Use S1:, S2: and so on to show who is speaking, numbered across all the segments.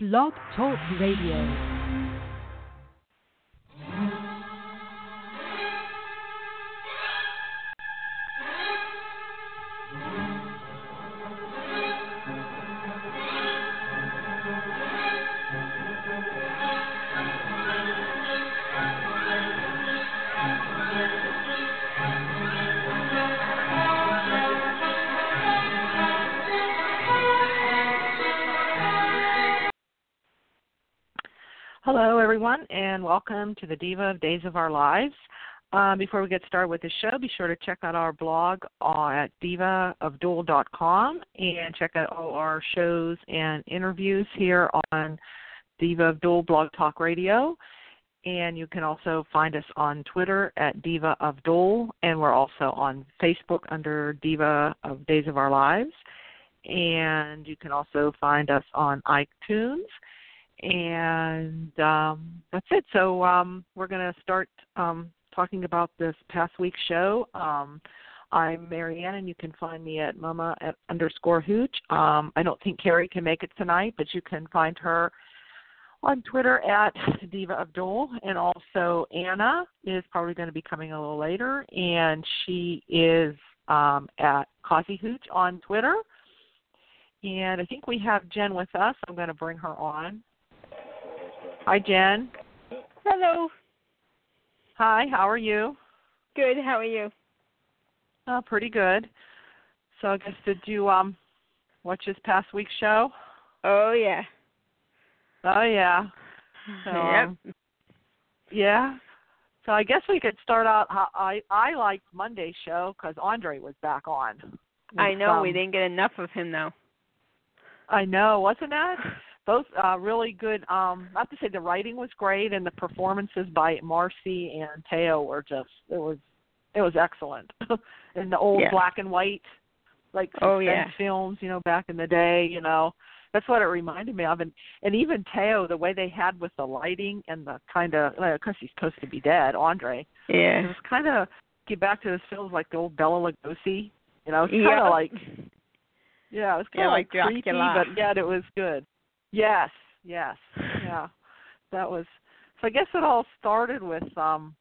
S1: Blog Talk Radio.
S2: Hello, everyone, and welcome to the Diva of Days of Our Lives. Uh, before we get started with the show, be sure to check out our blog at divaofdual.com and check out all our shows and interviews here on Diva of Dual Blog Talk Radio. And you can also find us on Twitter at Diva of Dual, and we're also on Facebook under Diva of Days of Our Lives. And you can also find us on iTunes and um, that's it. So um, we're going to start um, talking about this past week's show. Um, I'm Marianne, and you can find me at mama at underscore hooch. Um, I don't think Carrie can make it tonight, but you can find her on Twitter at Diva Abdul, and also Anna is probably going to be coming a little later, and she is um, at Coffee Hooch on Twitter. And I think we have Jen with us. I'm going to bring her on. Hi, Jen.
S3: Hello.
S2: Hi, how are you?
S3: Good. How are you?
S2: Oh, pretty good. So I guess did you um watch this past week's show?
S3: Oh yeah.
S2: Oh yeah. So, um, yeah. So I guess we could start out. how- I I liked Monday's show because Andre was back on. with,
S3: I know we
S2: um,
S3: didn't get enough of him though.
S2: I know, wasn't that? Both uh, really good. Um, not to say the writing was great, and the performances by Marcy and Teo were just it was it was excellent. and the old
S3: Yeah.
S2: black and white like
S3: Oh,
S2: suspense
S3: yeah.
S2: films, you know, back in the day, you know, that's what it reminded me of. And and even Teo, the way they had with the lighting and the kind of because he's supposed to be dead, Andre. It
S3: Yeah.
S2: was kind of get back to those films like the old Bella Lugosi, you know, it's kind of
S3: Yeah.
S2: like yeah, it was kind
S3: Yeah,
S2: of like,
S3: like
S2: creepy,
S3: Dracula.
S2: but yet it was good. Yes, yes, yeah. That was so. I guess it all started with um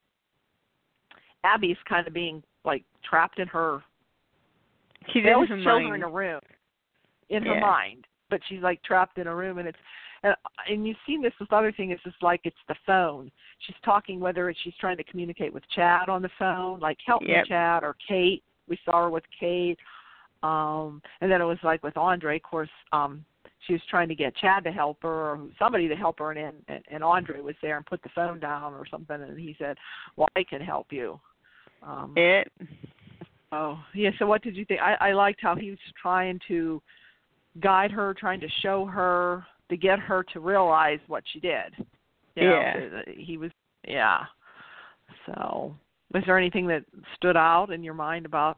S2: Abby's kind of being like trapped in her.
S3: She
S2: they always
S3: didn't
S2: show
S3: mind.
S2: her in a room, in her
S3: Yeah.
S2: mind, but she's like trapped in a room, and it's and and you've seen this. This other thing is just like it's the phone. She's talking whether it's she's trying to communicate with Chad on the phone, like help
S3: Yep.
S2: me, Chad, or Kate. We saw her with Kate, um, and then it was like with Andre. Of course, um, she was trying to get Chad to help her or somebody to help her, and and, and Andre was there and put the phone down or something, and he said, "Well, I can help you." Um,
S3: It.
S2: Oh, yeah. So what did you think? I, I liked how he was trying to guide her, trying to show her, to get her to realize what she did. You know,
S3: Yeah.
S2: that- that He was, yeah. So, was there anything that stood out in your mind about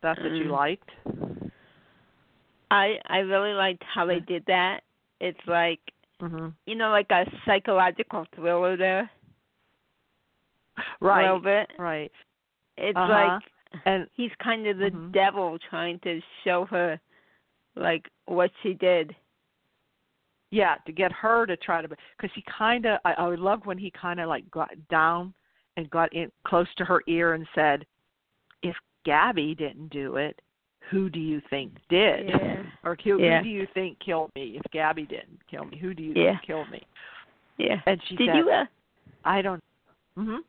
S2: that that you
S3: Mm.
S2: liked?
S3: I I really liked how they did that. It's like
S2: hmm
S3: you know, like a psychological thriller there. A little
S2: Right.
S3: bit.
S2: Right.
S3: It's
S2: Uh-huh.
S3: like
S2: And
S3: he's kind of the
S2: Mhm.
S3: devil trying to show her like what she did.
S2: yeah, to get her to try to, because he kind of, I, I loved when he kind of like got down and got in close to her ear and said, "If Gabby didn't do it, who do you think did?
S3: Yeah.
S2: Or who,
S3: Yeah.
S2: who do you think killed me? If Gabby didn't kill me, who do you
S3: Yeah.
S2: think killed me?"
S3: Yeah.
S2: And she
S3: did
S2: said,
S3: you uh,
S2: "I don't." Mhm.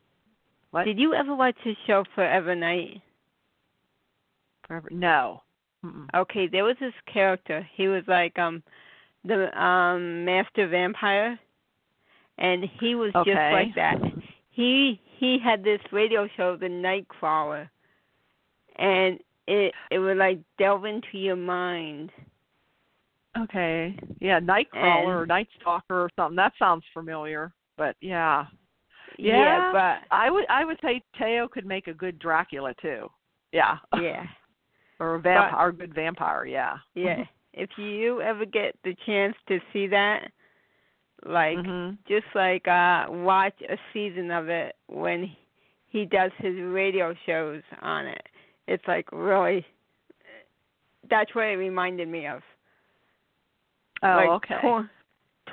S2: What?
S3: did you ever watch his show Forever Night?
S2: Forever? No. Mm-mm.
S3: Okay, there was this character. He was like um the um master vampire and he was just
S2: Okay.
S3: like that. He he had this radio show, The Nightcrawler. And it it would like delve into your mind.
S2: Okay. Yeah, Nightcrawler or
S3: And-
S2: Night Stalker or something. That sounds familiar. But yeah, Yeah.
S3: Yeah, but
S2: I would I would say Teo could make a good Dracula too. Yeah.
S3: yeah.
S2: Or a vampire, or a good vampire, yeah.
S3: Yeah. if you ever get the chance to see that, like
S2: Mhm.
S3: just like uh watch a season of it when he does his radio shows on it. It's like really that's what it reminded me of.
S2: Oh,
S3: like
S2: okay.
S3: tor-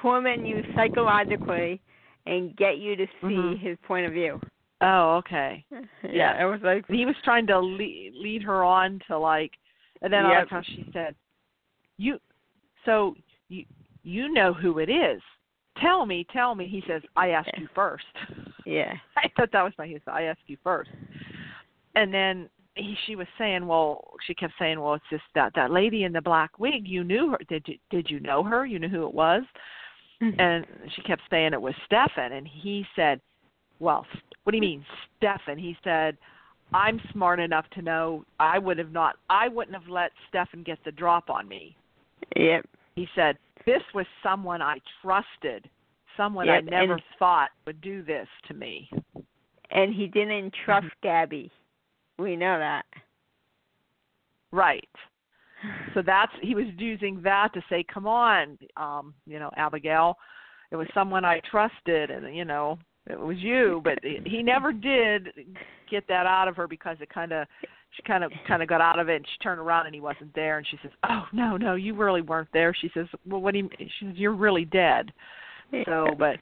S3: torment you psychologically and get you to see
S2: Mhm.
S3: his point of view.
S2: Oh, okay.
S3: yeah, it was like
S2: And he was trying to lead, lead her on to like, and then I
S3: Yep.
S2: like how she said, "You, so you you know who it is. Tell me, tell me." He says, "I asked you first.
S3: yeah,
S2: I thought that was my. He said, "I asked you first. and then he, she was saying, "Well, she kept saying, well, it's just that that lady in the black wig. You knew her. Did you, did you know her? You knew who it was." and she kept saying it was Stefan, and he said, "Well, s- what do you mean, Stefan?" He said, "I'm smart enough to know I would have not, I wouldn't have let Stefan get the drop on me."
S3: yep,
S2: He said, "This was someone I trusted, someone I
S3: Yep,
S2: never
S3: and-
S2: thought would do this to me."
S3: and he didn't trust
S2: Mm-hmm.
S3: Gabby. We know that.
S2: Right. So that's he was using that to say, "Come on, um, you know, Abigail, it was someone I trusted, and you know, it was you." But he he never did get that out of her because it kind of she kind of kind of got out of it, and she turned around and he wasn't there, and she says, "Oh no, no, you really weren't there." She says, "Well, what do you?" mean?" She says, "You're really dead." So, but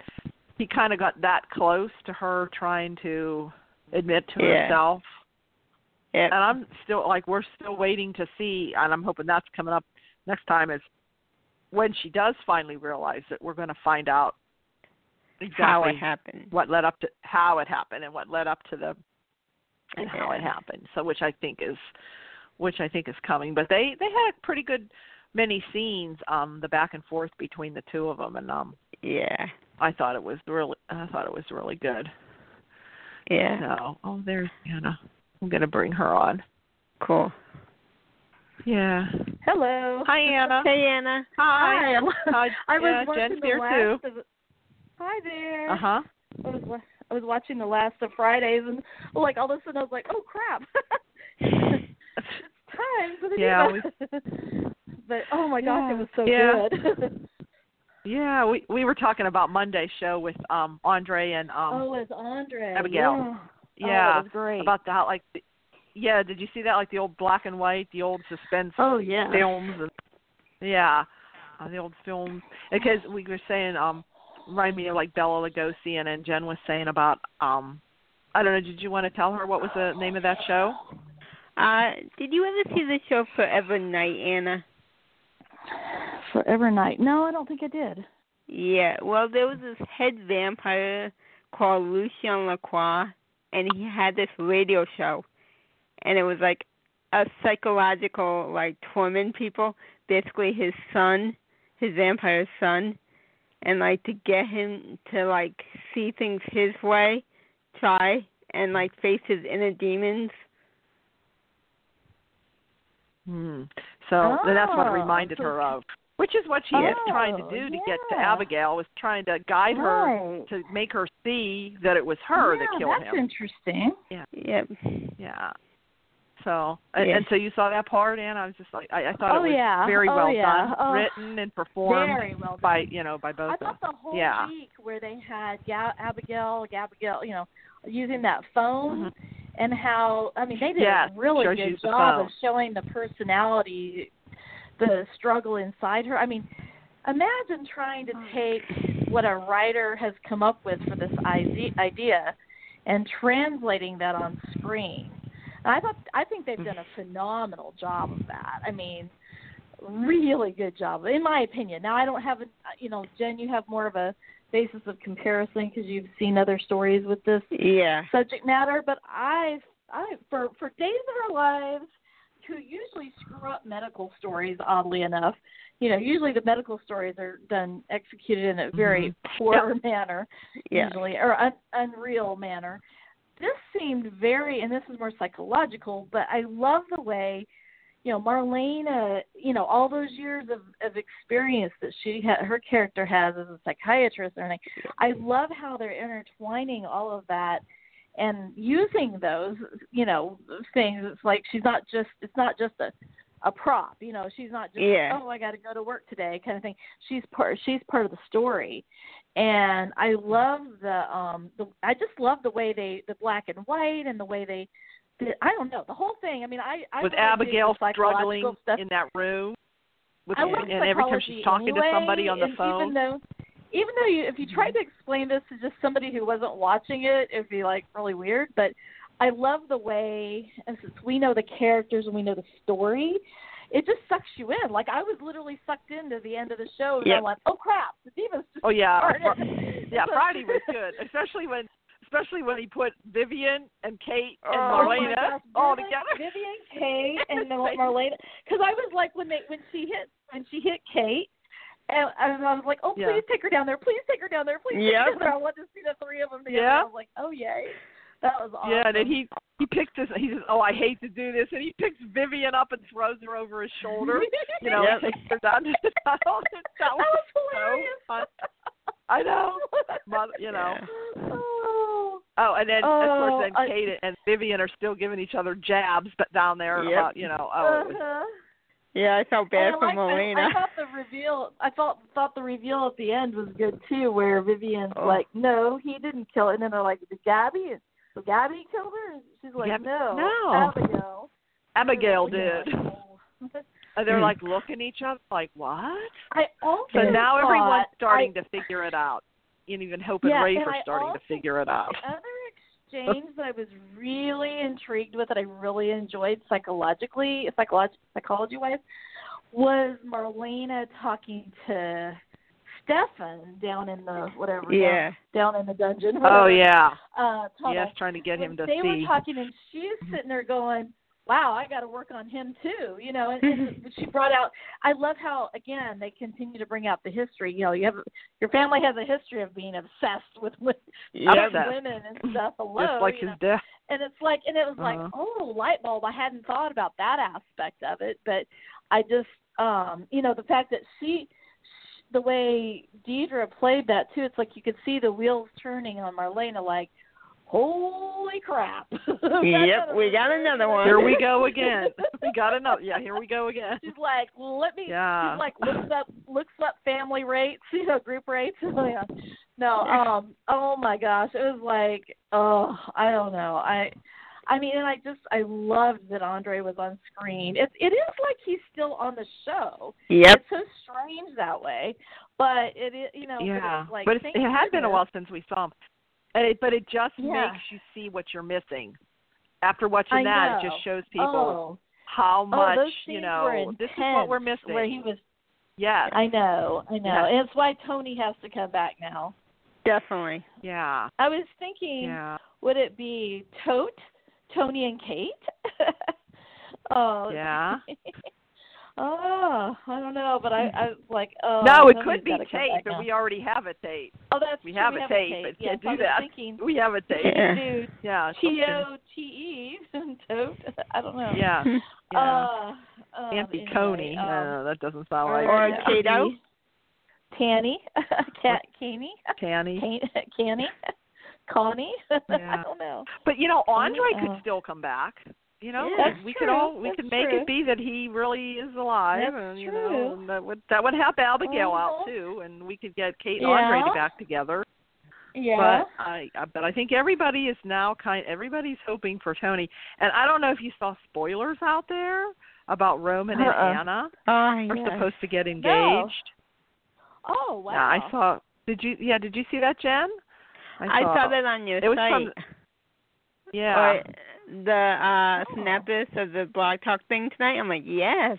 S2: he kind of got that close to her trying to admit to
S3: Yeah.
S2: herself
S3: yep.
S2: and I'm still like we're still waiting to see, and I'm hoping that's coming up next time is when she does finally realize it. We're going to find out exactly
S3: how it happened.
S2: what led up to how it happened and what led up to the and how it
S3: Yeah.
S2: happened. So which I think is which I think is coming. But they they had a pretty good many scenes um the back and forth between the two of them and um
S3: Yeah,
S2: I thought it was really I thought it was really good.
S3: yeah,
S2: So, oh there's Anna. I'm going to bring her on.
S3: cool.
S2: Yeah.
S4: Hello.
S2: Hi Anna.
S3: Hey Anna.
S2: Hi.
S4: Hi. I was
S2: yeah,
S4: watching
S2: Jen's
S4: the
S2: here
S4: last
S2: too.
S4: of. Hi there.
S2: Uh huh.
S4: I was wa- I was watching the last of Fridays and like all of a sudden I was like, oh crap, it's time for the
S2: Yeah,
S4: diva. but oh my gosh,
S2: Yeah.
S4: it was so
S2: Yeah.
S4: good.
S2: Yeah, we we were talking about Monday's show with um Andre and um
S4: oh, it was Andre.
S2: Abigail.
S4: Yeah. Oh,
S2: yeah
S4: it was great.
S2: about the how like the, yeah did you see that like the old black and white the old suspense
S3: Oh yeah.
S2: films and, yeah uh, the old films because we were saying um remind me of like Bella Lugosi and and Jen was saying about um I don't know did you want to tell her what was the name of that show
S3: Uh, did you ever see the show Forever Night, Anna?
S4: Forever Night. No, I don't think I did.
S3: Yeah. Well, there was this head vampire called Lucien Lacroix, and he had this radio show, and it was like a psychological like torment people. Basically, his son, his vampire son, and like to get him to like see things his way, try and like face his inner demons.
S2: Hmm. So then that's what it
S4: Oh,
S2: reminded
S4: so-
S2: her of, which is what she was trying to
S4: Oh,
S2: do to get to
S4: yeah.
S2: Abigail was trying to guide her
S4: right.
S2: to make her see that it was her
S4: yeah,
S2: that killed
S4: that's
S2: him.
S4: interesting.
S3: Yep.
S2: yeah. So and,
S3: Yeah.
S2: and so you saw that part, and I was just like, I, I thought
S4: Oh,
S2: it was
S4: yeah.
S2: very
S4: Oh,
S2: well
S4: yeah.
S2: done,
S4: Oh,
S2: written and performed
S4: Very well done.
S2: by you know by both
S4: I
S2: of them.
S4: thought the whole
S2: Yeah.
S4: week where they had Ga- Abigail, Abigail, you know, using that phone
S2: Mm-hmm.
S4: and how I mean they did
S2: Yes,
S4: a really
S2: shows you
S4: good
S2: the
S4: job of
S2: phone.
S4: showing the personality, the struggle inside her. I mean, imagine trying
S2: Oh.
S4: to take what a writer has come up with for this ide- idea and translating that on screen. And I thought I think they've done a
S2: Mm-hmm.
S4: phenomenal job of that. I mean, really good job, in my opinion. Now I don't have a, you know, Jen, you have more of a basis of comparison because you've seen other stories with this
S3: Yeah.
S4: subject matter, but I, I for for Days of Our Lives, who usually screw up medical stories, oddly enough, you know, usually the medical stories are done executed in a very poor manner,
S3: Yeah.
S4: usually or un, unreal manner. This seemed very, and this is more psychological, but I love the way. You know, Marlena, you know, all those years of, of experience that she ha- her character has as a psychiatrist and everything. I love how they're intertwining all of that and using those you know things it's like she's not just it's not just a a prop you know she's not just
S3: Yeah.
S4: oh i got to go to work today kind of thing she's part she's part of the story and i love the um the i just love the way they the black and white and the way they the, i don't know the whole thing i mean i i
S2: With
S4: really dig the
S2: Abigail struggling
S4: psychological stuff
S2: in that room. with
S4: I love
S2: and every time
S4: psychology
S2: she's talking
S4: anyway,
S2: to somebody on the
S4: and
S2: phone. Mm-hmm.
S4: Even though, even though you, if you tried to explain this to just somebody who wasn't watching it, it'd be like really weird. But I love the way, and since we know the characters and we know the story, it just sucks you in. Like I was literally sucked into the end of the show, and I
S3: Yep.
S4: went, "Oh crap, the divas just
S2: oh yeah, Fri-
S4: started."
S2: yeah. Friday was good, especially when especially when he put Vivian and Kate and
S3: Oh,
S2: Marlena
S4: gosh,
S2: all
S4: Vivian-
S2: together.
S4: Vivian Kate and then what Marlena, because I was like when they when she hit when she hit Kate, and I was, I was like, oh please
S2: Yeah.
S4: take her down there, please take her down there, please
S3: Yep.
S4: take her down there. I want to see the three of them together.
S2: Yeah.
S4: I was like, oh yay, that was awesome.
S2: Yeah, and then he he picks this. He says, "Oh, I hate to do this," and he picks Vivian up and throws her over his shoulder. You know,
S3: Yep.
S2: and takes her down. to the tunnel. that
S4: that
S2: was
S4: was
S2: so
S4: hilarious.
S2: fun. I know, Mother- you know.
S3: Yeah.
S4: Oh.
S2: Oh, and then of
S4: Oh,
S2: course, then
S4: I-
S2: Kate and Vivian are still giving each other jabs, but down there
S3: Yep.
S2: about you know, oh, it was-
S4: Uh-huh.
S3: Yeah, I felt bad
S4: And Oh, I
S3: for
S4: liked the-
S3: Marlena.
S4: I thought the reveal. I thought thought the reveal at the end was good too, where Vivian's
S3: Oh.
S4: like, "No, he didn't kill," it. and then they're like, "Did Gabby? Did Gabby kill her?" And she's like,
S2: Gabby-
S4: "No,
S2: no."
S4: Abigail."
S2: Abigail
S4: And they're like,
S2: did.
S4: "Oh."
S2: And they're
S3: Mm.
S2: like looking at each other, like what?
S4: I also
S2: So now
S4: thought,
S2: everyone's starting
S4: I,
S2: to figure it out, and even Hope and
S4: Yeah,
S2: Rafe
S4: and
S2: are
S4: I
S2: starting
S4: also-
S2: to figure it out.
S4: The other exchange that I was really intrigued with, that I really enjoyed psychologically, psycholog- psychology wise, was Marlena talking to Stefan down in the whatever,
S3: Yeah.
S4: down, down in the dungeon.
S2: Oh
S4: whatever,
S2: yeah,
S4: Uh, tunnel.
S2: yes, trying to get
S4: When
S2: him to
S4: they
S2: see.
S4: were talking, and she's sitting there going, "Wow, I got to work on him too." You know, and, and she brought out. I love how again they continue to bring out the history. You know, you have your family has a history of being obsessed with with
S2: Yep.
S4: with women and stuff alone.
S2: just like
S4: you
S2: his
S4: know.
S2: death.
S4: And it's like, and it was
S2: Uh-huh.
S4: like, oh, light bulb. I hadn't thought about that aspect of it, but I just, um, you know, the fact that she, sh the way Deidre played that too, it's like you could see the wheels turning on Marlena, like, holy crap.
S3: Yep, we got another one.
S2: Here we go again. we got another. Yeah, here we go again.
S4: She's like, let me.
S2: Yeah.
S4: She's like looks up looks up family rates, you know, group rates. Oh, yeah. No, um, oh my gosh, it was like, oh, I don't know, I, I mean, and I just I loved that Andre was on screen. It it is like he's still on the show.
S3: Yep.
S4: It's so strange that way, but it is, you know,
S2: yeah,
S4: But, it's like,
S2: but it,
S4: thank
S2: it had been a
S4: goodness.
S2: while since we saw him, and it, but it just
S4: Yeah.
S2: makes you see what you're missing. After watching
S4: I
S2: that, it
S4: know.
S2: just shows people
S4: Oh,
S2: how
S4: Oh,
S2: much
S4: those
S2: you
S4: scenes
S2: know.
S4: were
S2: This is what we're
S4: intense,
S2: missing.
S4: where he was.
S2: yes.
S4: I know, I know,
S2: Yeah.
S4: and it's why Tony has to come back now.
S3: Definitely.
S2: yeah.
S4: I was thinking.
S2: Yeah.
S4: would it be Tote, Tony and Kate? oh,
S2: Yeah.
S4: oh, I don't know, but I, I was like, oh,
S2: no, it
S4: Tony's
S2: could be
S4: gotta come
S2: Tate,
S4: back
S2: but
S4: now.
S2: we already have a Tate.
S4: oh, that's
S2: we
S4: true,
S2: have
S4: we
S2: a
S4: have
S2: Tate,
S4: Tate,
S2: but
S4: yes,
S2: can't do
S4: I was
S2: that.
S4: Thinking,
S2: We have a Tate.
S3: Yeah.
S4: do
S2: Yeah.
S4: T
S2: something.
S4: O T E Tote. I don't know.
S2: Yeah. yeah.
S4: Uh, um,
S2: Auntie
S4: anyway,
S2: Coney.
S4: um,
S2: no, Oh, that doesn't sound
S4: or
S2: right.
S3: Or
S4: yeah.
S3: Tato.
S4: Tanny, Cat, Caney,
S2: Tanny.
S4: Can- Canny, Connie.
S2: Yeah.
S4: I don't know.
S2: But you know, Andre could
S4: Uh,
S2: still come back. You know,
S3: Yeah.
S4: That's
S2: we could
S4: true.
S2: all we
S4: That's
S2: could make
S4: true.
S2: it be that he really is alive,
S4: That's
S2: and you
S4: true.
S2: know, and that would that would help Abigail out
S4: Uh-huh.
S2: too, and we could get Kate and Andre to
S4: Yeah.
S2: back together.
S4: Yeah.
S2: But I I- but I think everybody is now kind everybody's hoping for Tony, and I don't know if you saw spoilers out there about Roman
S4: Uh-uh.
S2: and Anna
S3: Oh,
S2: are
S3: yeah.
S2: supposed to get engaged.
S4: oh wow.
S2: Yeah, I saw. Did you? Yeah, did you see that, Jen?
S3: I saw, that on your
S2: It was
S3: site.
S2: from- Yeah.
S3: Or the uh
S4: Oh.
S3: synopsis of the blog talk thing tonight. I'm like, yes.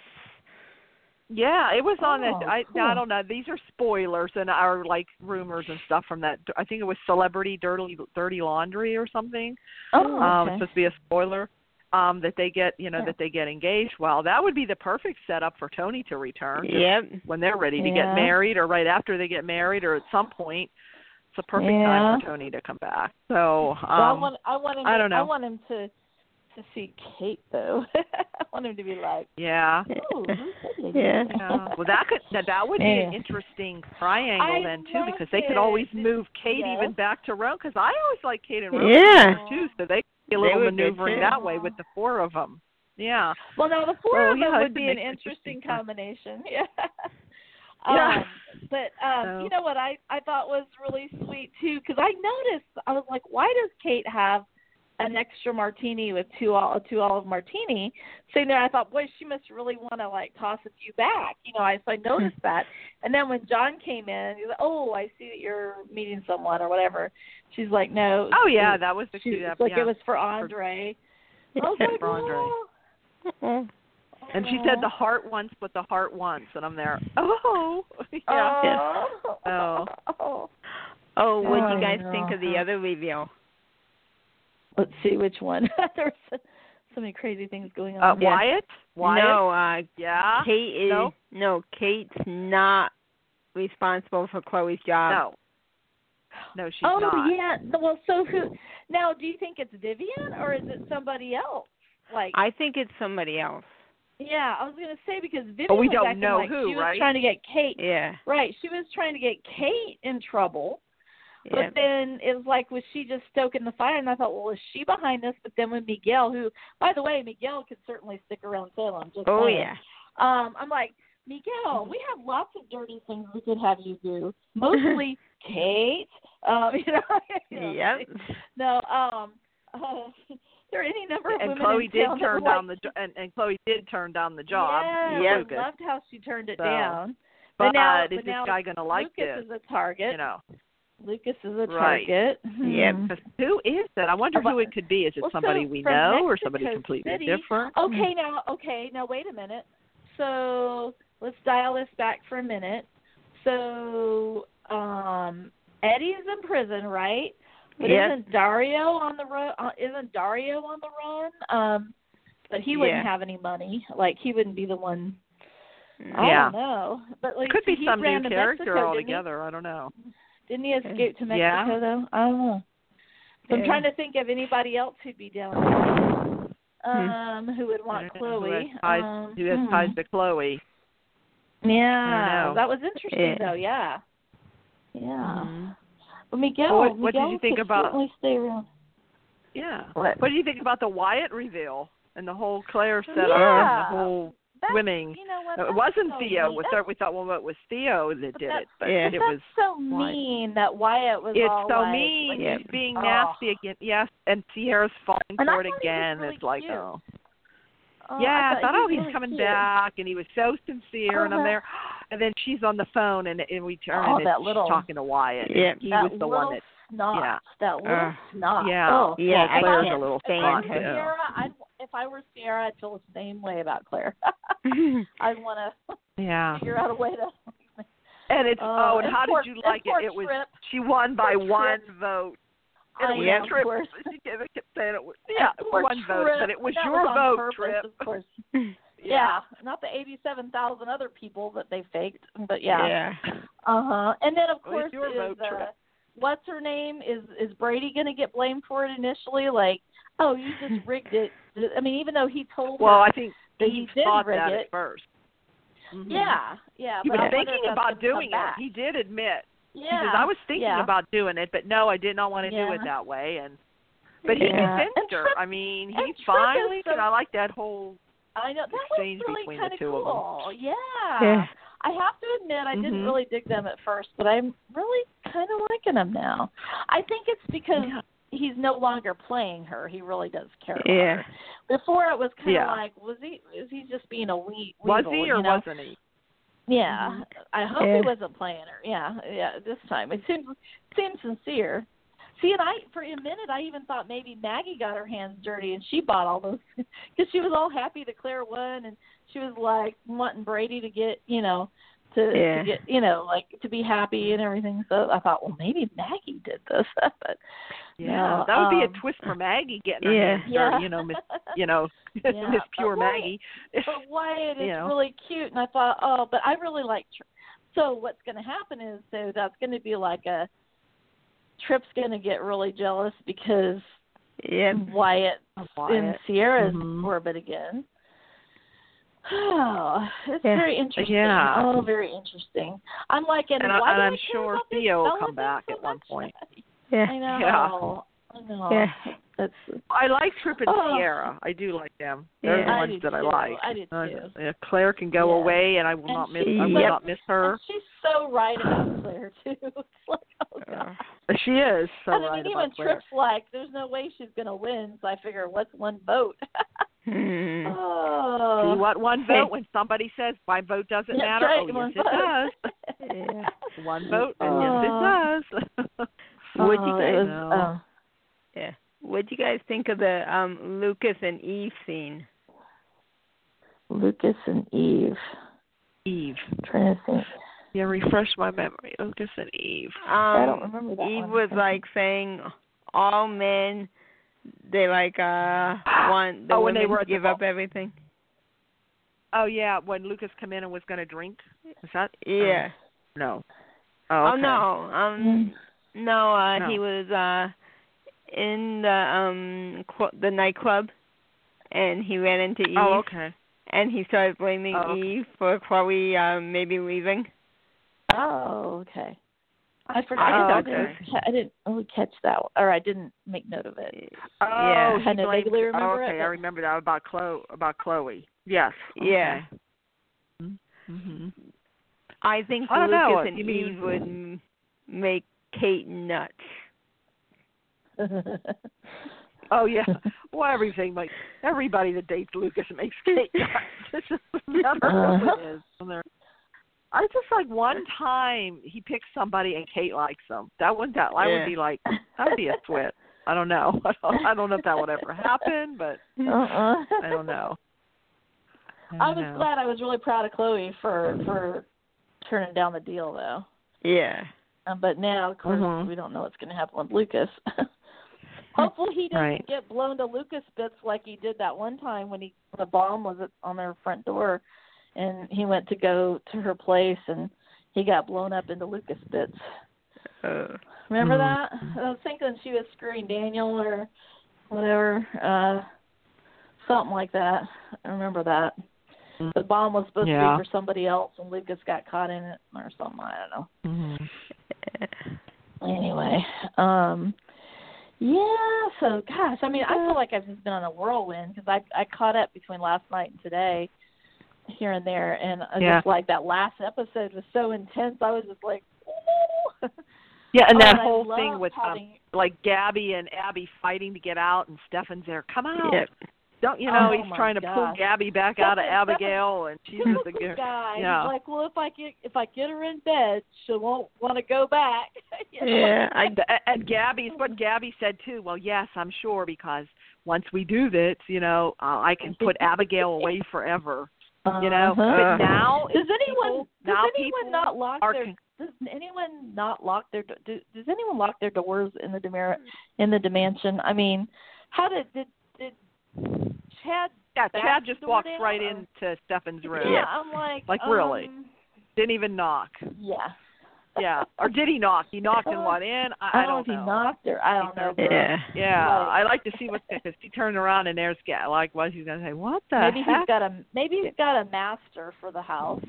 S2: Yeah, it was on
S4: Oh,
S2: that. I I
S4: cool.
S2: don't know. These are spoilers and are like rumors and stuff from that. I think it was Celebrity Dirty Dirty Laundry or something.
S4: Oh,
S2: Um, it's
S4: okay.
S2: supposed to be a spoiler. Um, that they get you know
S4: Yeah.
S2: that they get engaged. Well, that would be the perfect setup for Tony to return just
S3: Yep.
S2: when they're ready to
S4: Yeah.
S2: get married or right after they get married or at some point. It's a perfect time for
S4: Yeah.
S2: Tony to come back. So um,
S4: well, I want I want him.
S2: I don't
S4: I
S2: know.
S4: want him to to see Kate though. I want him to be like,
S2: yeah.
S4: oh, who's that lady?"
S3: Yeah.
S2: Yeah. Well, that could that, that would be an
S4: Yeah.
S2: interesting triangle
S4: I
S2: then too, because they
S4: love
S2: could always
S4: it.
S2: move Kate
S4: Yes.
S2: even back to Rome. Because I always like Kate and Rome
S3: Yeah.
S2: together, too, so they could be
S3: They
S2: a little
S3: would be,
S2: maneuvering
S3: too.
S2: that way with the four of them. Yeah.
S4: Well, now the four
S2: Well,
S4: of
S2: yeah,
S4: them
S2: it
S4: would
S2: could
S4: be an
S2: make an
S4: interesting
S2: interesting time.
S4: combination. Yeah.
S2: Yeah.
S4: Um, but um,
S2: So-
S4: you know what I I thought was really sweet too, because I noticed I was like, why does Kate have an extra martini with two all a two olive martini. So there, I thought, boy, she must really want to like toss a few back, you know. I so I
S2: Hmm.
S4: noticed that, and then when John came in, he's like, oh, I see that you're meeting someone or whatever. She's like, no.
S2: Oh
S4: she-
S2: yeah, that was the
S4: she,
S2: cute
S4: it's
S2: up.
S4: like
S2: yeah.
S4: it was for Andre. I was like,
S2: For Andre.
S4: "Oh."
S3: Mm-mm.
S2: and she said the heart once, but the heart once, and I'm there. Oh, yeah.
S4: Oh.
S2: Oh.
S4: Oh.
S3: Oh, what do
S4: Oh,
S3: you guys
S4: no.
S3: think of the other review?
S4: Let's see which one. There's so, so many crazy things going
S2: Uh,
S4: on.
S3: Yeah.
S2: Wyatt. Wyatt.
S3: No, uh,
S2: Yeah.
S3: Kate is
S2: No?
S3: no, Kate's not responsible for Chloe's job.
S2: No. No, she's
S4: oh
S2: not.
S4: yeah. Well, so who? Now, do you think it's Vivian or is it somebody else? Like,
S3: I think it's somebody else.
S4: yeah, I was gonna say because Vivian
S2: But we
S4: was
S2: don't
S4: acting
S2: know
S4: like
S2: who,
S4: she was
S2: right?
S4: trying to get Kate.
S3: Yeah.
S4: Right, she was trying to get Kate in trouble,
S3: yeah.
S4: but then it's like, was she just stoking the fire? And I thought, well, is she behind this? But then when Miguel, who, by the way, Miguel could certainly stick around Salem. Just
S3: oh
S4: saying.
S3: yeah.
S4: Um, I'm like, Miguel, we have lots of dirty things we could have you do. Mostly Kate. Um, you know. you know,
S3: Yep.
S4: No. Um. Uh, there are any number of
S2: And
S4: women
S2: Chloe
S4: in
S2: did
S4: town that
S2: turn
S4: were like,
S2: down the jo- and, and Chloe did turn down the job.
S4: Yeah,
S3: Yep.
S4: I loved how she turned it
S2: So,
S4: down.
S2: but, uh,
S4: but now,
S2: is
S4: but
S2: this
S4: now
S2: guy gonna like
S4: Lucas
S2: this?
S4: is a target.
S2: You know.
S4: Lucas is a
S2: Right.
S4: target.
S3: Yep.
S4: Hmm.
S2: 'Cause who is it? I wonder who it could be. Is it
S4: Well, so
S2: somebody we
S4: from
S2: know or
S4: Mexico
S2: somebody completely
S4: City- oh,
S2: different?
S4: Okay, now, okay, now wait a minute. So let's dial this back for a minute. So um, Eddie's in prison, right? But
S3: Yes.
S4: isn't Dario on the road? Uh, isn't Dario on the run? Um, but he wouldn't
S3: Yeah.
S4: have any money. Like he wouldn't be the one. I
S2: Yeah.
S4: don't know. But like
S2: could be
S4: he
S2: some
S4: ran
S2: new
S4: to
S2: character
S4: Mexico,
S2: altogether. I don't know.
S4: Didn't he, didn't he escape to
S2: Yeah.
S4: Mexico though? I don't know. So I'm
S3: Yeah.
S4: trying to think of anybody else who'd be down. there. Um, who would want
S2: I don't know
S4: Chloe?
S2: Hmm. who has ties-
S4: um,
S2: Who has
S4: hmm.
S2: ties to Chloe? I
S4: Yeah,
S2: don't know.
S4: that was interesting
S3: Yeah.
S4: though. Yeah, yeah.
S2: Mhm.
S4: Well, Miguel,
S2: What- what did
S4: Miguel
S2: you think
S4: could
S2: about-
S4: certainly stay around.
S2: Yeah.
S4: What?
S2: do you think about the Wyatt reveal and the whole Claire setup
S4: Yeah.
S2: and the whole?
S4: That's-
S2: Swimming.
S4: You know what?
S2: It
S4: that's
S2: wasn't
S4: so
S2: Theo.
S4: mean.
S2: We
S4: That's-
S2: thought we thought well, it was Theo that did
S4: that's-
S2: it, but
S3: Yeah.
S2: it
S4: that's
S2: was.
S4: so
S2: Wyatt.
S4: mean that Wyatt was
S2: It's
S4: all
S2: so
S4: like,
S2: mean.
S4: like,
S3: Yeah.
S2: She's being
S4: Oh.
S2: nasty again. Yes, and Sierra's falling
S4: And I
S2: for it
S4: thought he was
S2: again.
S4: really
S2: it's like,
S4: cute.
S2: oh,
S4: oh,
S2: yeah, I thought,
S4: he
S2: oh,
S4: was
S2: he's
S4: really
S2: coming
S4: cute.
S2: back, and he was so sincere, and I'm
S4: Uh-huh.
S2: there, and then she's on the phone, and and we turn,
S4: Oh,
S2: and
S4: that
S2: it's,
S4: little-
S2: she's talking to Wyatt.
S3: Yeah.
S2: He
S4: That
S2: was the one
S4: little
S2: that,
S4: Snot.
S2: yeah. Uh,
S4: That little
S3: Ugh.
S4: snot.
S2: yeah,
S4: Oh.
S3: Yeah,
S2: well,
S3: I
S2: Claire's
S4: can't
S2: a little
S4: If I were
S2: fan.
S3: stand her.
S4: Sierra, I'd, if I were Sierra, I'd feel the same way about Claire.
S3: Mm-hmm.
S4: I'd want to
S2: Yeah,
S4: figure out a way to.
S2: and it's
S4: Oh,
S2: oh, and
S4: and
S2: how
S4: poor-
S2: did you
S4: and
S2: like
S4: poor
S2: it? It was
S4: Tripp.
S2: she won by
S4: Poor Tripp. Oh,
S2: one vote.
S4: I
S2: It was
S4: know, of
S2: Tripp.
S4: course.
S2: She kept kept saying it was yeah, it was
S4: Poor
S2: one vote,
S4: Tripp.
S2: but it was
S4: That
S2: your
S4: on
S2: vote,
S4: purpose,
S2: Tripp.
S4: Of course.
S2: Yeah.
S4: Yeah. not the eighty-seven thousand other people that they faked, but yeah.
S3: yeah.
S4: Uh huh. And then of
S2: Well, it's
S4: course
S2: your
S4: is
S2: vote,
S4: uh,
S2: Tripp.
S4: what's her name? Is is Brady going to get blamed for it initially? Like, oh, you just rigged it. I mean, even though he told
S2: Well,
S4: her,
S2: I think
S4: But
S2: he
S4: he did
S2: thought
S4: rig
S2: that
S4: it.
S2: at 1st Mhm.
S4: yeah, yeah.
S2: He
S4: but I
S2: was
S4: wonder if
S2: thinking
S4: that's
S2: about
S4: gonna come
S2: doing
S4: back.
S2: it. He did admit He
S4: Yeah.
S2: says, I was thinking
S4: yeah.
S2: about doing it, but no, I did not want to do it
S4: Yeah.
S2: that way. And but he
S4: Yeah. And
S2: convinced her.
S4: Tripp-
S2: I mean,
S4: and
S2: he
S4: Tripp is
S2: finally.
S4: so-
S2: and I like that whole.
S4: I know that
S2: exchange
S4: was really
S2: between the
S4: kind of
S2: two of them.
S4: cool. Yeah.
S3: Yeah.
S4: I have to admit I didn't
S2: Mhm.
S4: really dig them at first, but I'm really kind of liking him now. I think it's because
S2: Yeah.
S4: he's no longer playing her. He really does care. about
S3: Yeah.
S4: her. Before it was kind of
S2: Yeah.
S4: like, was he is he just being a wee
S2: Was
S4: weasel,
S2: he or
S4: you know?
S2: wasn't he?
S4: Yeah, I hope
S3: Yeah.
S4: he wasn't playing her. Yeah, yeah. This time it seems seems sincere. See, and I for a minute I even thought maybe Maggie got her hands dirty and she bought all those because she was all happy that Claire won and she was like wanting Brady to get you know to,
S3: Yeah.
S4: to get you know like to be happy and everything. So I thought, well, maybe Maggie did this, but
S2: Yeah,
S4: No,
S2: that would be
S4: um,
S2: a twist for Maggie getting her
S3: Yeah.
S2: hands dirty,
S4: Yeah.
S2: you know, Miss, you know,
S4: Yeah,
S2: Miss
S4: but
S2: Pure
S4: why-
S2: Maggie.
S4: but Wyatt is
S2: You know.
S4: really cute, and I thought, oh, but I really like. Tri- so what's going to happen is, so that's going to be like a Trip's going to get really jealous because
S3: Yeah.
S4: Wyatt and Sierra's
S2: Mhm.
S4: orbit again. Oh, it's
S3: Yeah.
S4: very interesting.
S2: Yeah.
S4: Oh, very interesting. I'm like, and,
S2: And I-
S4: why
S2: and
S4: do
S2: I'm
S4: I care
S2: sure
S4: about this
S2: Theo will
S4: fella
S2: come back
S4: so
S2: at one
S4: much?
S2: point.
S3: Yeah.
S4: I know. I know.
S3: Yeah.
S4: That's,
S2: I like Tripp and
S4: Oh.
S2: Sierra. I do like them. They're
S3: Yeah.
S2: the
S3: I
S2: ones
S4: do
S2: that I
S4: too.
S2: like.
S4: I do
S2: Uh,
S4: too.
S2: yeah, Claire can go
S4: Yeah.
S2: away, and I will
S4: And
S2: not miss.
S4: she-
S2: I will
S3: Yep.
S2: not miss her.
S4: And she's so right about Claire too. It's like, oh god.
S3: Uh,
S2: She she is so
S4: and I
S2: right
S4: mean,
S2: about
S4: even
S2: Blair.
S4: Tripp's like, there's no way she's gonna win, so I figure, what's one vote?
S2: Mm-hmm.
S3: Hmm.
S4: oh,
S2: Do you want one vote when somebody says my vote doesn't
S4: That's
S2: matter?
S4: right,
S2: oh,
S4: one
S2: yes, it does.
S4: vote.
S3: Yeah.
S2: One vote,
S4: Aw.
S2: and yes, it does.
S3: What'd you
S4: Oh,
S3: guys
S4: it was,
S2: know?
S4: uh,
S3: Yeah. What'd you guys think of the um Lucas and Eve scene?
S4: Lucas and Eve.
S2: Eve.
S4: I'm trying to think.
S2: Yeah, refresh my memory. Lucas and Eve.
S3: Um,
S4: I don't remember that
S3: Eve
S4: one.
S3: was like saying all men they like uh want the
S2: Oh, when
S3: women
S2: they were
S3: to
S2: at the
S3: give
S2: ball.
S3: up everything.
S2: Oh yeah, when Lucas come in and was going to drink. Is that?
S3: Yeah.
S2: Um, no. Oh,
S3: Oh
S2: okay.
S3: no.
S4: Mm.
S3: Um no, uh
S2: No.
S3: he was uh in the um cl- the nightclub and he ran into Eve
S2: Oh okay.
S3: and he started blaming
S2: Oh, okay.
S3: Eve for Chloe uh, maybe leaving.
S4: Oh, okay. I
S2: Oh,
S4: forgot. I,
S2: okay.
S4: didn't, I didn't really catch that, one, or I didn't make note of it.
S2: Oh,
S3: Yeah.
S2: he
S4: Kinda
S2: blamed-
S4: vaguely remember
S2: oh, okay,
S4: it,
S2: I
S4: but-
S2: remember that about Chloe. About Chloe. Yes.
S3: Yeah.
S2: Okay. Mhm.
S4: Mm-hmm.
S3: I think
S2: I don't
S3: Lucas
S2: know,
S3: and
S2: Oh, you
S3: Eve
S2: mean-
S3: would m- make Kate nuts.
S2: Oh yeah. Well, everything like everybody that dates Lucas makes Kate nuts. It just never
S4: Uh-huh.
S2: who it is. And they're- I just like one time he picks somebody and Kate likes them. That would that I
S3: Yeah.
S2: would be like that would be a twit. I don't know. I don't, I don't know if that would ever happen, but
S4: Uh-uh.
S2: I don't know. don't
S4: I was
S2: know.
S4: glad. I was really proud of Chloe for for turning down the deal, though.
S3: Yeah.
S4: Um, but now, of course,
S2: Mhm.
S4: we don't know what's going to happen with Lucas. Hopefully, he doesn't
S2: Right.
S4: get blown to Lucas bits like he did that one time when he the bomb was at- on their front door, and he went to go to her place and he got blown up into Lucas bits.
S3: Uh,
S4: Remember
S2: Hmm.
S4: that? I was thinking she was screwing Daniel or whatever, uh something like that. I remember that.
S2: Mm-hmm.
S4: The bomb was supposed
S2: Yeah.
S4: to be for somebody else, and Lucas got caught in it or something. I don't know Mm-hmm.
S2: Mhm.
S4: anyway um yeah so gosh i mean i feel like i've just been on a whirlwind because i i caught up between last night and today here and there and I
S2: Yeah.
S4: just like that last episode was so intense i was just like
S2: Yeah, and that
S4: Oh, I
S2: whole
S4: love
S2: thing with um,
S4: having,
S2: like Gabby and Abby fighting to get out, and Stefan's there. Come out.
S3: yeah.
S2: Don't you know
S4: Oh,
S2: he's
S4: my
S2: trying to pull
S4: gosh.
S2: Gabby back out of
S4: Stefan- Stefan-
S2: Abigail, and she's
S4: who's
S2: just a
S4: this
S2: good.
S4: guy He's
S2: yeah.
S4: like well if i get if i get her in bed she won't want to go back You know?
S3: Yeah, I
S2: And, and Gabby's what Gabby said too. Well, yes, I'm sure because once we do this, you know, uh, I can put Abigail away forever. You know,
S4: Uh-huh.
S2: but now
S4: does anyone
S2: people- now
S4: does anyone
S2: people
S4: not lock
S2: are
S4: their
S2: con-
S4: does anyone not lock their do, does anyone lock their doors in the demar in the dimension? I mean, how did did did Chad?
S2: yeah, Chad
S4: back
S2: just
S4: door
S2: walks
S4: down,
S2: right
S4: or-
S2: into Stefan's room.
S4: Yeah, I'm like
S2: Like,
S4: um,
S2: really? Didn't even knock.
S4: Yeah.
S2: Yeah, or did he knock? He knocked and
S4: Uh,
S2: what in? I,
S4: I
S2: I don't
S4: know if
S2: know.
S4: he knocked or I don't know.
S2: Yeah.
S3: yeah.
S2: Yeah,
S4: Right.
S2: I like to see what's because he turned around and there's Ga- like, was he's gonna say what the
S4: Maybe
S2: heck?
S4: he's got a maybe he's got a master for the house.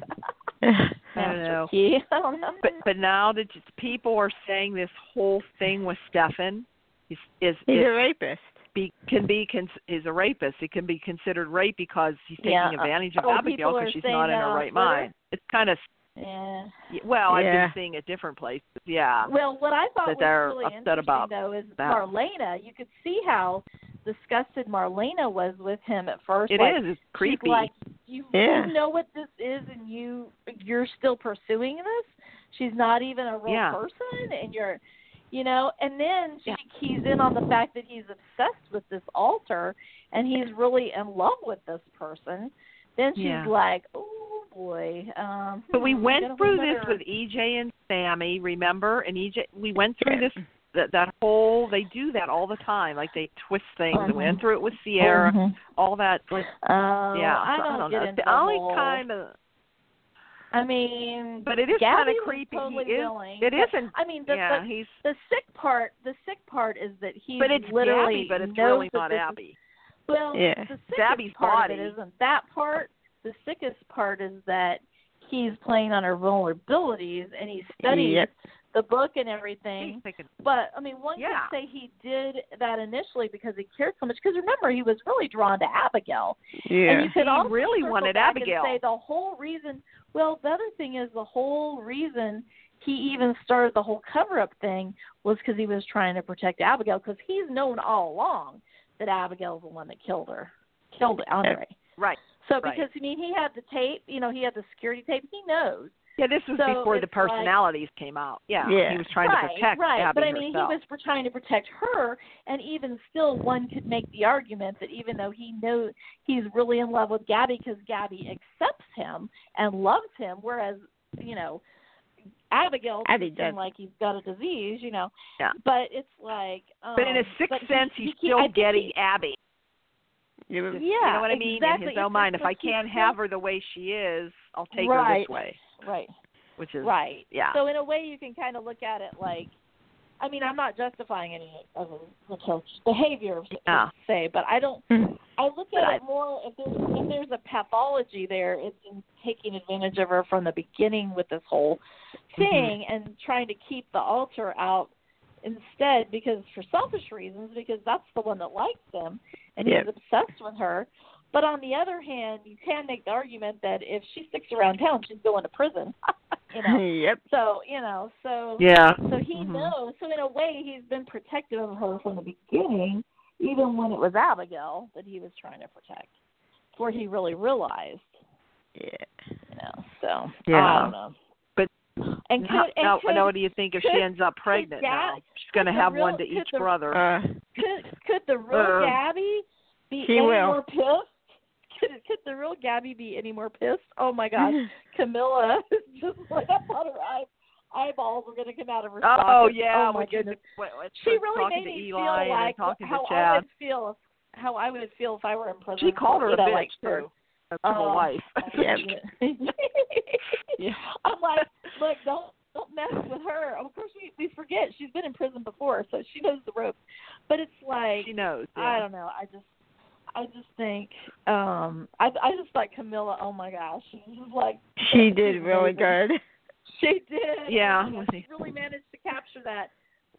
S2: I don't
S4: master
S2: know.
S4: key. I don't know.
S2: But but now that it's- people are saying this whole thing with Stefan is is,
S3: He's
S2: is
S3: a rapist.
S2: be, can be cons- is a rapist. He can be considered rape because he's taking
S4: Yeah, uh,
S2: advantage of
S4: oh,
S2: Abigail
S4: people are
S2: because she's
S4: saying
S2: not in
S4: that
S2: her
S4: on
S2: right
S4: Twitter?
S2: mind. It's kind of
S4: yeah.
S2: well, I've
S3: Yeah.
S2: been seeing it different places. Yeah,
S4: Well, what I thought
S2: that they're
S4: was really
S2: upset
S4: interesting
S2: about
S4: though is
S2: that.
S4: Marlena. You could see how disgusted Marlena was with him at first.
S2: it is.
S4: like,
S2: It's
S4: she's
S2: creepy.
S4: Like you,
S3: Yeah.
S4: you know what this is, and you you're still pursuing this. She's not even a real
S2: Yeah.
S4: person, and you're, you know. And then she
S2: Yeah.
S4: keys in on the fact that he's obsessed with this altar, and he's really in love with this person. Then she's
S2: Yeah.
S4: like, oh boy. Um,
S2: But we
S4: hmm, I
S2: went
S4: gotta
S2: through
S4: wonder-
S2: this with EJ and Sammy, remember? And EJ, we went through
S3: Yeah.
S2: this that, that whole. They do that all the time. Like they twist things. We went
S4: Mm-hmm.
S2: through it with Sierra.
S4: Mhm.
S2: All that. Like,
S4: Oh,
S2: yeah.
S4: I
S2: so
S4: don't,
S2: don't
S4: get
S2: know. It's
S4: into
S2: the only
S4: whole,
S2: kind of.
S4: I mean,
S2: But it is kinda
S4: Gabby was
S2: creepy. He
S4: Totally
S2: is-
S4: willing,
S2: It
S4: but-
S2: isn't.
S4: I mean, the,
S2: yeah,
S4: the,
S2: he's.
S4: the sick part. The sick part is that he
S2: But it's
S4: literally
S2: Gabby, but it's
S4: knows
S2: really
S4: that
S2: not
S4: this is-
S2: Abby.
S4: well,
S3: Yeah.
S4: the sickest
S2: Gabby's
S4: part of
S2: body.
S4: it isn't that part. The sickest part is that he's playing on her vulnerabilities and he studies
S3: Yep.
S4: the book and everything.
S2: He's thinking,
S4: But I mean, one
S2: Yeah.
S4: could say he did that initially because he cared so much. Because remember, he was really drawn to Abigail. And
S3: Yeah.
S4: you could
S2: He
S4: also
S2: really
S4: circle
S2: wanted
S4: back
S2: Abigail.
S4: And say the whole reason. Well, the other thing is the whole reason he even started the whole cover up thing was because he was trying to protect Abigail because he's known all along that Abigail's the one that killed her, killed Andre.
S2: Right.
S4: So
S2: Right.
S4: because I mean he had the tape, you know, he had the security tape. He knows.
S2: Yeah, this was
S4: So
S2: before the
S4: it's like-
S2: personalities came out. Yeah,
S3: Yeah.
S2: he was trying
S4: right,
S2: to protect
S4: right.
S2: Abby
S4: but I mean,
S2: herself.
S4: he was for trying to protect her, and even still, one could make the argument that even though he knows he's really in love with Gabby because Gabby accepts him and loves him, whereas you know Abigail
S3: Abby
S4: treats him
S3: does.
S4: like he's got a disease, you know.
S2: Yeah.
S4: But it's like, um,
S2: but in a sixth
S4: but he-
S2: sense,
S4: he
S2: he's
S4: keep- I
S2: still
S4: think he-
S2: getting Abby.
S3: You know?
S2: Just- you
S4: Yeah,
S2: know what I mean?
S4: exactly.
S2: In his own
S4: It's
S2: mind,
S4: just
S2: if I
S4: like he's
S2: can't
S4: still-
S2: have her the way she is, I'll take her
S4: Right.
S2: this way,
S4: right.
S2: which is
S4: Right.
S2: Yeah.
S4: So in a way, you can kind of look at it like, I mean, I'm not justifying any of the church's behavior,
S2: Yeah.
S4: say, but I don't. I look
S2: But
S4: at
S2: I-
S4: it more if there's if there's a pathology there, it's in taking advantage of her from the beginning with this whole thing and trying to keep the altar out instead because for selfish reasons because that's the one that likes him and
S3: Yeah.
S4: he's obsessed with her. But on the other hand, you can make the argument that if she sticks around town, she's going to prison. you know.
S3: yep.
S4: So you know, so
S2: yeah. Mm-hmm.
S4: so he knows. So in a way, he's been protective of her from the beginning, even when it was Abigail that he was trying to protect, before he really realized.
S3: Yeah.
S4: You know, so I
S2: Yeah.
S4: don't know.
S2: But
S4: and could
S2: now,
S4: and
S2: now,
S4: could,
S2: now what do you think if she
S4: could-
S2: ends up pregnant?
S4: Gab-
S2: now? She's going to
S4: could the
S2: have
S4: real-
S2: one to
S4: could
S2: each
S4: the-
S2: brother.
S3: Uh,
S4: could could the real
S2: Uh,
S4: Gabby be
S3: she
S4: any
S3: will.
S4: more pissed? Could could the real Gabby be any more pissed? Oh my gosh, Camilla is just like I thought her eye, eyeballs were going to come out of her.
S2: Oh
S4: sockets.
S2: yeah,
S4: oh my
S2: when you-
S4: goodness.
S2: when- when
S4: she
S2: was
S4: really
S2: talking
S4: made me
S2: to Eli
S4: feel
S2: and then
S4: like
S2: talking
S4: how
S2: to
S4: I
S2: Chad.
S4: would feel how I would feel if I were in prison.
S2: She called her
S4: you
S2: a
S4: know,
S2: bitch
S4: like
S2: too. Her
S4: Oh,
S2: whole life.
S3: yeah.
S2: Yeah.
S4: I'm like, look, don't don't mess with her. Of course, we we forget she's been in prison before, so she knows the ropes. But it's like
S2: she knows. Yeah.
S4: I don't know. I just I just think um I I just like Camilla. Oh my gosh, she was like
S3: she did really good.
S4: she did.
S2: Yeah.
S4: Oh my gosh, she really managed to capture that.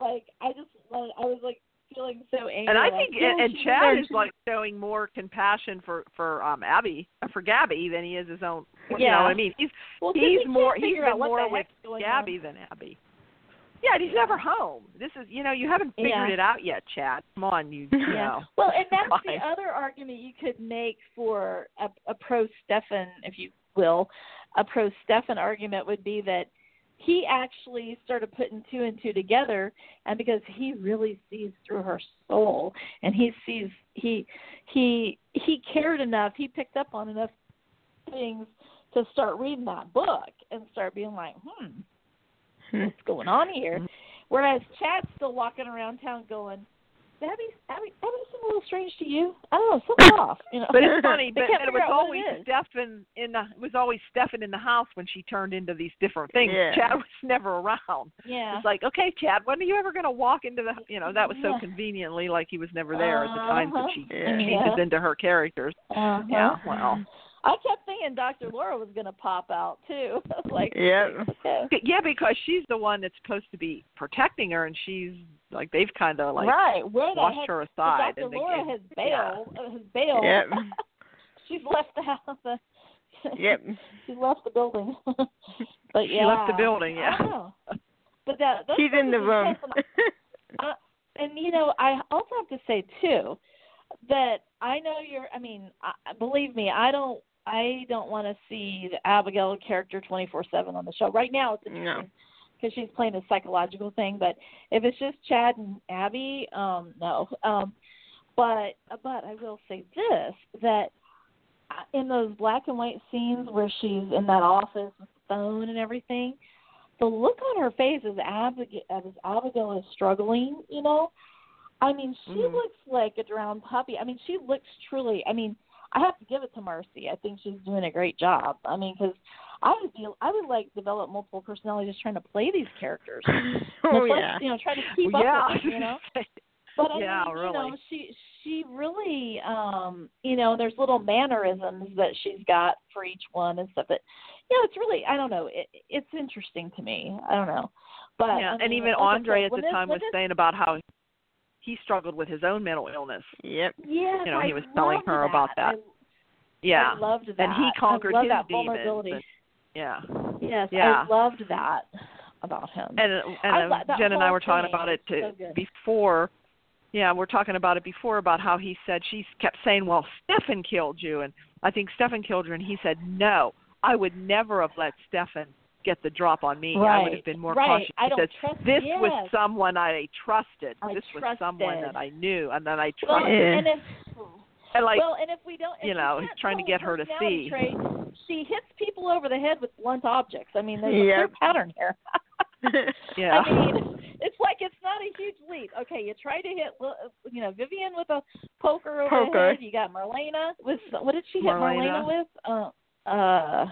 S4: Like I just like I was like feeling so angry.
S2: And I
S4: like,
S2: think
S4: yeah,
S2: and, and
S4: she
S2: Chad
S4: did.
S2: is like showing more compassion for for um Abby for Gabby than he is his own. You know
S4: Yeah.
S2: what I mean? He's
S4: well, 'cause
S2: he's
S4: he can't
S2: more- he's
S4: figure
S2: been
S4: out what
S2: more
S4: the heck's going on.
S2: Gabby than Abby. Yeah, and he's never home. This is you know you haven't figured
S4: Yeah.
S2: it out yet, Chad. Come on, you. you
S4: Yeah.
S2: know.
S4: Well, and that's the
S2: Fine.
S4: other argument you could make for a, a pro Stefan, if you will, a pro Stefan argument would be that he actually started putting two and two together, and because he really sees through her soul, and he sees he he he cared enough, he picked up on enough things to start reading that book and start being like, hmm, what's
S3: Hmm.
S4: going on
S2: Mm-hmm.
S4: here? Whereas Chad's still walking around town going, Abby, Abby, Abby seems a little strange to you. I don't know, something's off. You know,
S2: But it's funny,
S4: They
S2: but
S4: can't
S2: but it
S4: figure
S2: was
S4: out what
S2: always
S4: it is.
S2: Stefan in the it was always Stefan in the house when she turned into these different things.
S3: Yeah.
S2: Chad was never around.
S4: yeah.
S2: It's like, okay, Chad, when are you ever going to walk into the? You know, that was so
S4: Yeah.
S2: conveniently like he was never there at the time that she
S3: Uh-huh.
S2: changes
S4: Mm-hmm. Yeah.
S2: into her characters.
S4: Uh-huh.
S2: Yeah, well,
S4: I kept thinking Dr. Laura was going to pop out too. I was like,
S3: Yep.
S4: okay.
S2: yeah, because she's the one that's supposed to be protecting her, and she's like they've kind of like
S4: right? Where the
S2: washed
S4: heck?
S2: her
S4: but
S2: aside.
S4: Dr.
S2: and they-
S4: Laura
S2: and-
S4: has
S2: yeah.
S4: bailed. uh, Has bailed.
S3: Yep.
S4: She's left the house. uh,
S3: Yep.
S4: She left the building. but yeah.
S2: She left the building, yeah.
S4: I know. But that those
S3: She's in the
S4: things
S3: room.
S4: happen Uh, and you know i also have to say too that i know you're i mean I, believe me i don't i don't want to see the abigail character twenty four seven on the show right now it's
S3: no.
S4: because she's playing a psychological thing but if it's just chad and abby um no um but but i will say this that in those black and white scenes where she's in that office with the phone and everything the look on her face as Abigail, as Abigail is struggling, you know, I mean, she
S2: Mhm.
S4: looks like a drowned puppy. I mean, she looks truly. I mean, I have to give it to Marcy. I think she's doing a great job. I mean, because I would be, I would like develop multiple personalities trying to play these characters.
S3: Oh
S4: It's like,
S3: yeah.
S4: you know, try to keep
S2: Well,
S4: up
S2: yeah,
S4: with them, you know. But I
S2: Yeah,
S4: mean, you know,
S2: really.
S4: she she really, um, you know, there's little mannerisms that she's got for each one and stuff. But you know, it's really, I don't know, it, it's interesting to me. I don't know, but
S2: yeah,
S4: I
S2: and
S4: mean,
S2: even
S4: like I
S2: Andre
S4: said,
S2: at
S4: when
S2: the
S4: this-
S2: time
S4: when
S2: was
S4: this-
S2: saying about how he struggled with his own mental illness.
S3: Yep.
S4: Yes,
S2: you know, he
S4: I
S2: was telling
S4: loved
S2: her about
S4: that.
S2: that. Yeah,
S4: I, I loved that.
S2: and he conquered
S4: I love
S2: his
S4: that
S2: demons.
S4: vulnerability.
S2: and- yeah,
S4: Yes,
S2: Yeah.
S4: I loved that. about him.
S2: And, uh,
S4: I
S2: and
S4: lo-
S2: uh,
S4: that
S2: Jen and I
S4: whole
S2: were talking
S4: thing
S2: about it
S4: is
S2: to,
S4: so good.
S2: before. Yeah, we're talking about it before about how he said she kept saying, "Well, Stefan killed you," and I think Stefan killed her, and he said, "No, I would never have let Stefan get the drop on me. I would
S4: Right,
S2: have been more
S4: right.
S2: cautious."
S4: I
S2: He
S4: don't
S2: says,
S4: trust-
S2: "This was
S4: yes.
S2: someone I trusted.
S4: I
S2: this was someone
S4: trusted.
S2: that I knew and that I
S4: well,
S2: trusted."
S4: and if
S2: and like,
S4: well, and if we don't, if
S2: you
S4: we
S2: know,
S4: can't
S2: trying to
S4: tell
S2: get
S4: a
S2: her to
S4: personality
S2: see.
S4: trait, she hits people over the head with blunt objects. I mean, there's a clear
S3: Yep.
S4: pattern here.
S2: yeah,
S4: I mean, it's like it's not a huge leap. Okay, you try to hit, well, you know, Vivian with a poker over
S3: Poker.
S4: the head. You got Marlena with what did she hit
S2: Marlena.
S4: Marlena, with? Uh, uh,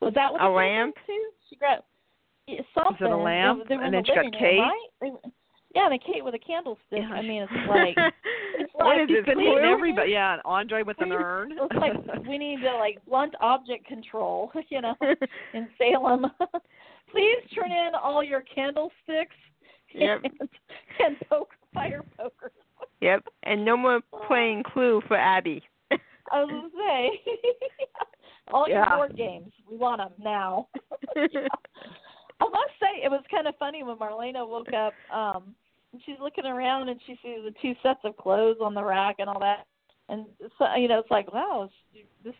S4: was that what
S3: A
S4: it was
S3: lamp?
S4: Too? She grabbed yeah, something.
S2: a lamp?
S4: They were
S2: And
S4: in the
S2: then she got
S4: living room,
S2: Kate?
S4: right? They were- Yeah, and a Kate with a candlestick. I mean, it's like it's
S3: what
S4: like
S3: is
S2: he's
S3: it?
S2: been
S4: clue?
S2: hitting everybody. Yeah, and Andre with an
S4: We-
S2: urn.
S4: it's like we need to like blunt object control, you know, in Salem. Please turn in all your candlesticks
S3: Yep.
S4: and, and poker, fire poker.
S3: Yep. And no more playing Clue for Abby.
S4: I was gonna say all
S2: Yeah.
S4: your board games. We want them now. I must say it was kind of funny when Marlena woke up. Um, and she's looking around and she sees the two sets of clothes on the rack and all that. And so you know, it's like wow, she- this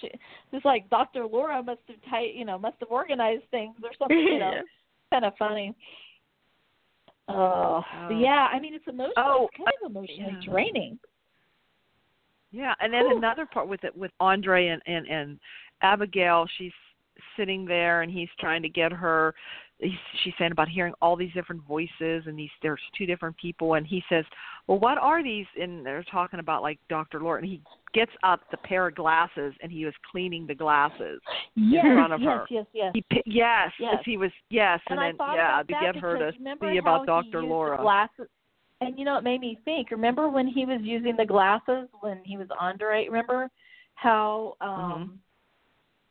S4: she, it's like Dr. Laura must have tight, you know, must have organized things or something. You know,
S3: Yeah.
S4: kind of funny. Oh, but
S2: Oh.
S4: yeah. I mean, it's emotional.
S2: Oh,
S4: it's kind of emotionally
S2: yeah.
S4: draining.
S2: Yeah, and then
S4: Whew.
S2: another part with it with Andre and and and Abigail, she's sitting there and he's trying to get her he's, she's saying about hearing all these different voices and these there's two different people and he says well what are these and they're talking about like dr lord and he gets up the pair of glasses and he was cleaning the glasses
S4: Yes,
S2: front of
S4: yes,
S2: her.
S4: yes, yes.
S2: he pi- yes,
S4: Yes.
S2: as he was yes
S4: and,
S2: then
S4: I thought
S2: yeah
S4: about
S2: to
S4: that
S2: get her
S4: because
S2: to
S4: remember
S2: see about
S4: how
S2: dr
S4: he used
S2: laura
S4: The glasses, and you know, it made me think. Remember when he was using the glasses when he was Andre? Remember how
S2: Mm-hmm.
S4: um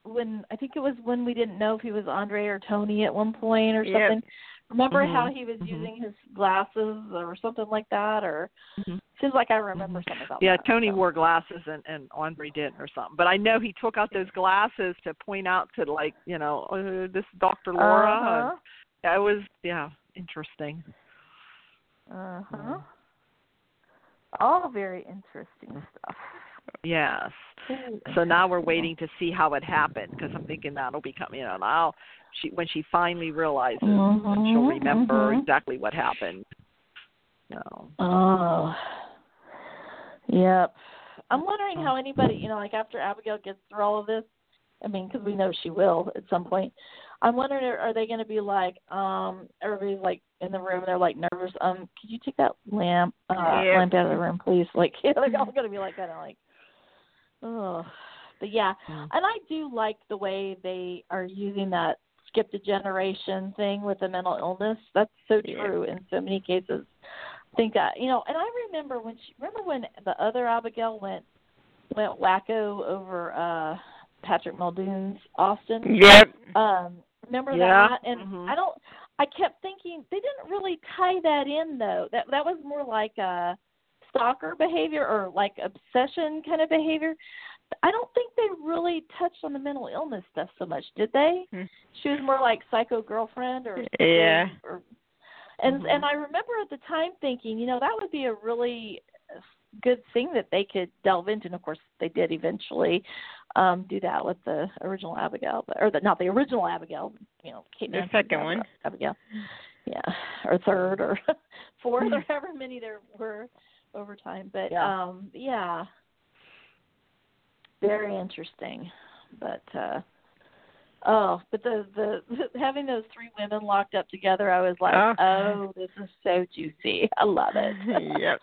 S4: when I think it was when we didn't know if he was Andre or Tony at one point or
S3: Yep.
S4: something. Remember
S2: Mhm,
S4: how he was
S2: mhm.
S4: using his glasses or something like that? Or
S2: Mhm.
S4: seems like I remember something about
S2: Yeah,
S4: that.
S2: Tony
S4: so.
S2: wore glasses and and Andre didn't or something. But I know he took out those glasses to point out to like you know uh, this is Dr. Laura.
S4: Uh-huh.
S2: and That was yeah interesting.
S4: Uh-huh. All very interesting stuff.
S2: Yes. So now we're waiting to see how it happened because I'm thinking that'll be coming. You know, now she when she finally realizes, then she'll
S4: Mhm,
S2: remember
S4: mhm.
S2: exactly what happened. No.
S4: Oh. Yep. I'm wondering how anybody, you know, like after Abigail gets through all of this, I mean, because we know she will at some point. I'm wondering, are- are they going to be like, um, everybody's like in the room, they're like nervous. Um, could you take that lamp, uh,
S3: Yeah.
S4: lamp out of the room, please? Like, they're all going to be like, kind of like, oh. But yeah,
S2: Mm.
S4: and I do like the way they are using that skip the generation thing with the mental illness. That's so
S3: Yeah.
S4: true in so many cases. I think that you know, and I remember when she remember when the other Abigail went went wacko over uh Patrick Muldoon's Austin.
S3: Yep.
S4: Um, remember
S2: Yeah.
S4: that? And
S3: Mm-hmm.
S2: Mhm.
S4: I don't. I kept thinking they didn't really tie that in though. That that was more like a stalker behavior or like obsession kind of behavior. I don't think they really touched on the mental illness stuff so much, did they?
S3: Hmm.
S4: She was more like psycho girlfriend or
S3: Yeah. Mm-hmm.
S4: Or, and
S2: Mhm.
S4: and I remember at the time thinking, you know, that would be a really uh, good thing that they could delve into and of course they did eventually um do that with the original abigail but, or the not the original abigail you know Kate
S3: The
S4: Manson,
S3: second one.
S4: abigail yeah or third or fourth or however many there were over time but
S2: Yeah.
S4: um yeah very interesting but uh oh but the the having those three women locked up together i was like
S3: Oh.
S4: oh this is so juicy i love it
S3: Yep.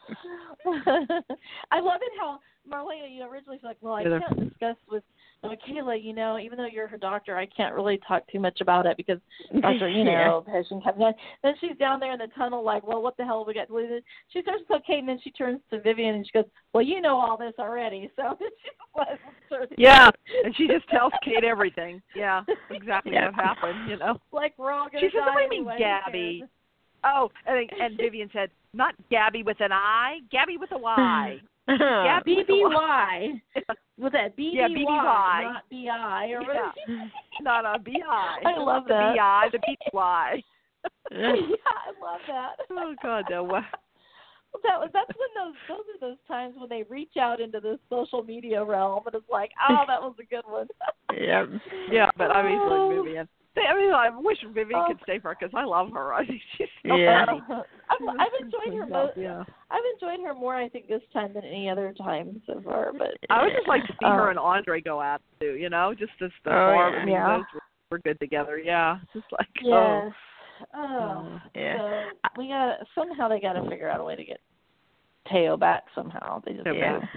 S4: I love it how Marlena, you know, originally was like, well, I
S2: Yeah, they're-
S4: can't discuss with Michaela, you know, even though you're her doctor, I can't really talk too much about it because doctor, you know, patient comes in. Then she's down there in the tunnel, like, well, what the hell have we got to lose? it? She starts to Kate, and then she turns to Vivian and she goes, well, you know all this already, so she was sort of-
S2: Yeah, and she just tells Kate everything. Yeah, exactly
S3: Yeah.
S2: what happened. You know.
S4: like we're all gonna
S2: She says,
S4: die
S2: "What do you mean,
S4: anyway, who
S2: Gabby?"
S4: cares?"
S2: Oh, and and Vivian said, "Not Gabby with an I, Gabby with a Y."
S3: yeah.
S4: BBY with that BBY,
S2: Uh, Yeah, BBY.
S4: not BI or
S2: Yeah. Not a B I.
S4: I love
S2: the
S4: that.
S2: B I, the B Y.
S4: yeah, I love that.
S2: Oh God, that was.
S4: Well, that was that's when those those are those times when they reach out into the social media realm and it's like, oh, that was a good one.
S3: Yep.
S2: Yeah, but I mean, like Vivian. I mean, I wish Vivian could stay for because I love her. I think she's so
S3: Yeah.
S2: funny.
S4: I've, I've enjoyed her. Mo-
S2: Yeah.
S4: I've enjoyed her more, I think, this time than any other time so far. But
S2: I would just like to see
S4: Oh.
S2: her and Andre go out too. You know, just as the
S3: Oh,
S2: form.
S3: yeah.
S2: I mean,
S4: Yeah.
S2: those were, were good together. Yeah, just like oh,
S4: yes, oh,
S3: Yeah.
S4: so we got to somehow they got to figure out a way to get Teo back somehow. They just
S2: so
S3: Yeah.
S2: bad.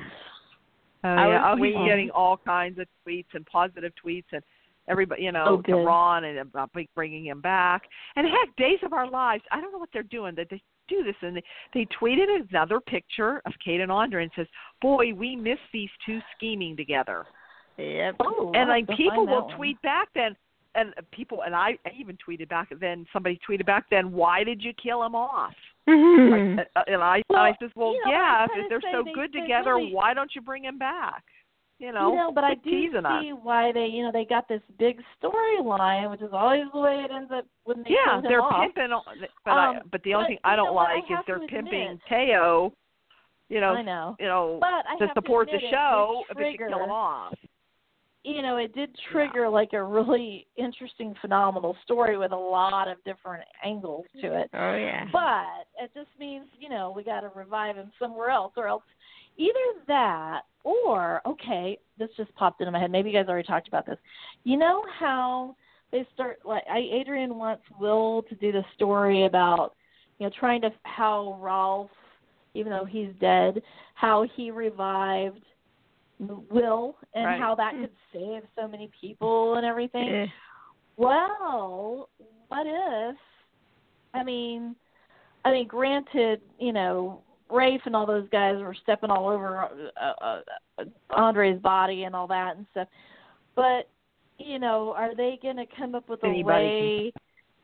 S2: Oh,
S3: I
S2: yeah.
S3: was
S2: oh, he's
S3: waiting-
S2: getting all kinds of tweets and positive tweets and everybody, you know,
S4: Oh,
S2: to
S4: good.
S2: Ron and about bring- bringing him back. And heck, Days of Our Lives. I don't know what they're doing. That they do this and they, they tweeted another picture of Kate and Andre and says, "Boy, we miss these two scheming together."
S3: Yep.
S4: Oh,
S2: and
S4: I'll
S2: like
S4: have to
S2: people
S4: find
S2: will
S4: that one.
S2: tweet back then and people and I, I even tweeted back then somebody tweeted back then why did you kill him off
S3: Mhm.
S2: Uh, and i
S4: Mm-hmm. Well,
S2: i says well
S4: you know, I
S2: yeah
S4: was
S2: if
S4: gonna
S2: they're
S4: say
S2: so
S4: they-
S2: good
S4: they
S2: together
S4: really-
S2: why don't you bring him back you know,
S4: you know, but I
S2: quit
S4: do
S2: teasing us.
S4: see why they, you know, they got this big storyline, which is always the way it ends up when they
S2: yeah
S4: killed him
S2: they're
S4: off.
S2: pimping on- but i
S4: Um,
S2: but the only
S4: but
S2: thing
S4: you
S2: i don't
S4: know what? I
S2: like is
S4: have
S2: they're
S4: to
S2: pimping
S4: admit-
S2: teo you know
S4: I know.
S2: you know
S4: But I
S2: to
S4: have
S2: support
S4: to admit
S2: the
S4: it
S2: show
S4: did
S2: but you kill him
S4: trigger-
S2: off
S4: you know, it did trigger like a really interesting, phenomenal story with a lot of different angles to it.
S3: Oh yeah.
S4: But it just means, you know, we got to revive him somewhere else, or else either that or, okay, this just popped into my head. Maybe you guys already talked about this. You know how they start, like, I, Adrian wants Will to do the story about, you know, trying to, how Rolf, even though he's dead, how he revived Will and
S2: Right.
S4: how that could save so many people and everything.
S3: Yeah.
S4: Well, what if? I mean, I mean, granted, you know, Rafe and all those guys were stepping all over uh, uh, uh, Andre's body and all that and stuff, but you know, are they going to come up with a
S2: Anybody
S4: way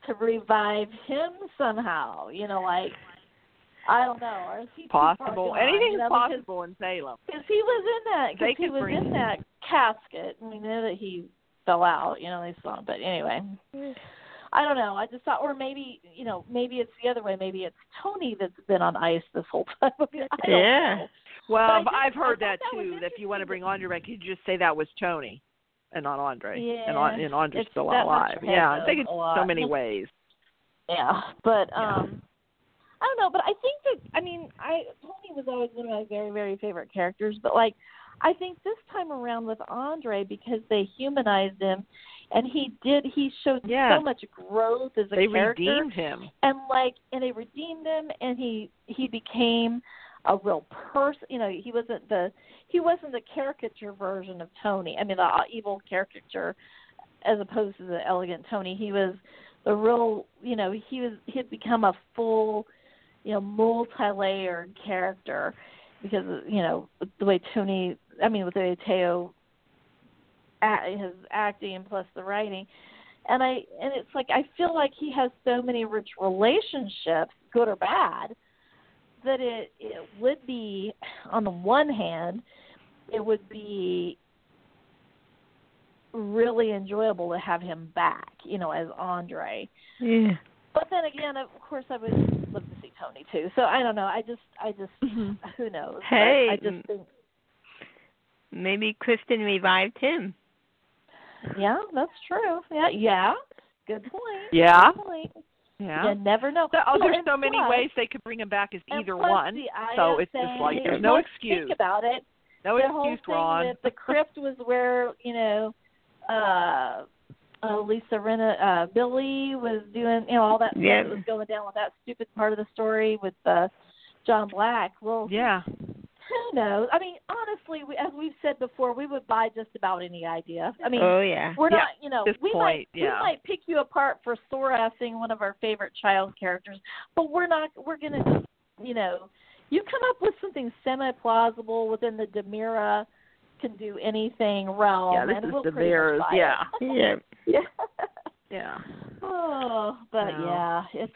S4: to revive him somehow? You know, like I don't know. Or is he too far
S2: possible
S4: gone,
S2: anything's
S4: you know, because-
S2: possible in salem
S4: because he was in that.
S2: They
S4: Cause he
S2: could
S4: was
S2: bring-
S4: in that casket. We know that he fell out. You know, they saw him. But anyway, I don't know. I just thought, or maybe you know, maybe it's the other way. Maybe it's Tony that's been on ice this whole time. I don't
S3: Yeah.
S4: know.
S2: Well,
S4: But I
S2: I've
S4: just- I
S2: heard
S4: thought
S2: that,
S4: that was
S2: too. That if you want to
S4: interesting
S2: bring
S4: that-
S2: Andre back, you just say that was Tony, and not Andre. and,
S4: Yeah,
S2: An- and Andre's
S4: it's-
S2: still
S4: that must
S2: alive.
S4: have
S2: Yeah, I think
S4: happened
S2: it's
S4: a
S2: so
S4: lot.
S2: many ways.
S4: Yeah, but um, I don't know. But I think that I mean, I Tony was always one of my very very favorite characters. But like, I think this time around with Andre because they humanized him, and he did he showed
S2: Yeah.
S4: so much growth as a
S2: They
S4: character.
S2: redeemed him.
S4: and like and they redeemed him and he he became a real person you know he wasn't the he wasn't the caricature version of tony i mean the uh, evil caricature as opposed to the elegant tony he was the real you know he was he had become a full you know multi-layered character because you know with the way tony i mean with the way teo act, his acting and plus the writing and I and it's like I feel like he has so many rich relationships, good or bad, that it it would be on the one hand, it would be really enjoyable to have him back, you know, as Andre.
S3: Yeah.
S4: But then again, of course, I would love to see Tony too. So I don't know. I just I just who knows. But
S3: Hey,
S4: I just think
S3: Maybe Kristen revived him.
S4: yeah, that's true. Yeah, yeah. Good point.
S2: Yeah,
S4: Good point.
S2: yeah.
S4: You never know.
S2: So, oh,
S4: Well,
S2: there's
S4: and
S2: so many
S4: plus-
S2: ways they could bring him back as
S4: And
S2: either
S4: plus
S2: one.
S4: the
S2: So
S4: ISA
S2: it's just like
S4: and
S2: there's no
S4: plus,
S2: excuse,
S4: Think about it.
S2: no
S4: the whole
S2: excuse,
S4: thing
S2: Ron.
S4: that the crypt was where you know, uh, uh Lisa Renna, uh, Billy was doing you know all that stuff
S3: Yeah.
S4: that was going down with that stupid part of the story with uh, John Black. Well,
S2: Yeah,
S4: who knows? I mean, honestly, we, as we've said before, we would buy just about any idea. I mean,
S3: oh yeah.
S4: we're
S2: Yeah,
S4: not, you know,
S2: this
S4: we
S2: point,
S4: might
S2: yeah.
S4: we might pick you apart for Sora being one of our favorite child characters, but we're not. We're gonna, just, you know, you come up with something semi plausible within the Demira can do anything realm.
S2: yeah. This
S4: and
S2: is
S4: we'll
S2: the
S4: pretty
S2: Bears.
S4: much buy it.
S2: Yeah,
S3: Yeah.
S4: yeah.
S2: yeah.
S4: Oh, but
S2: No.
S4: yeah, it's.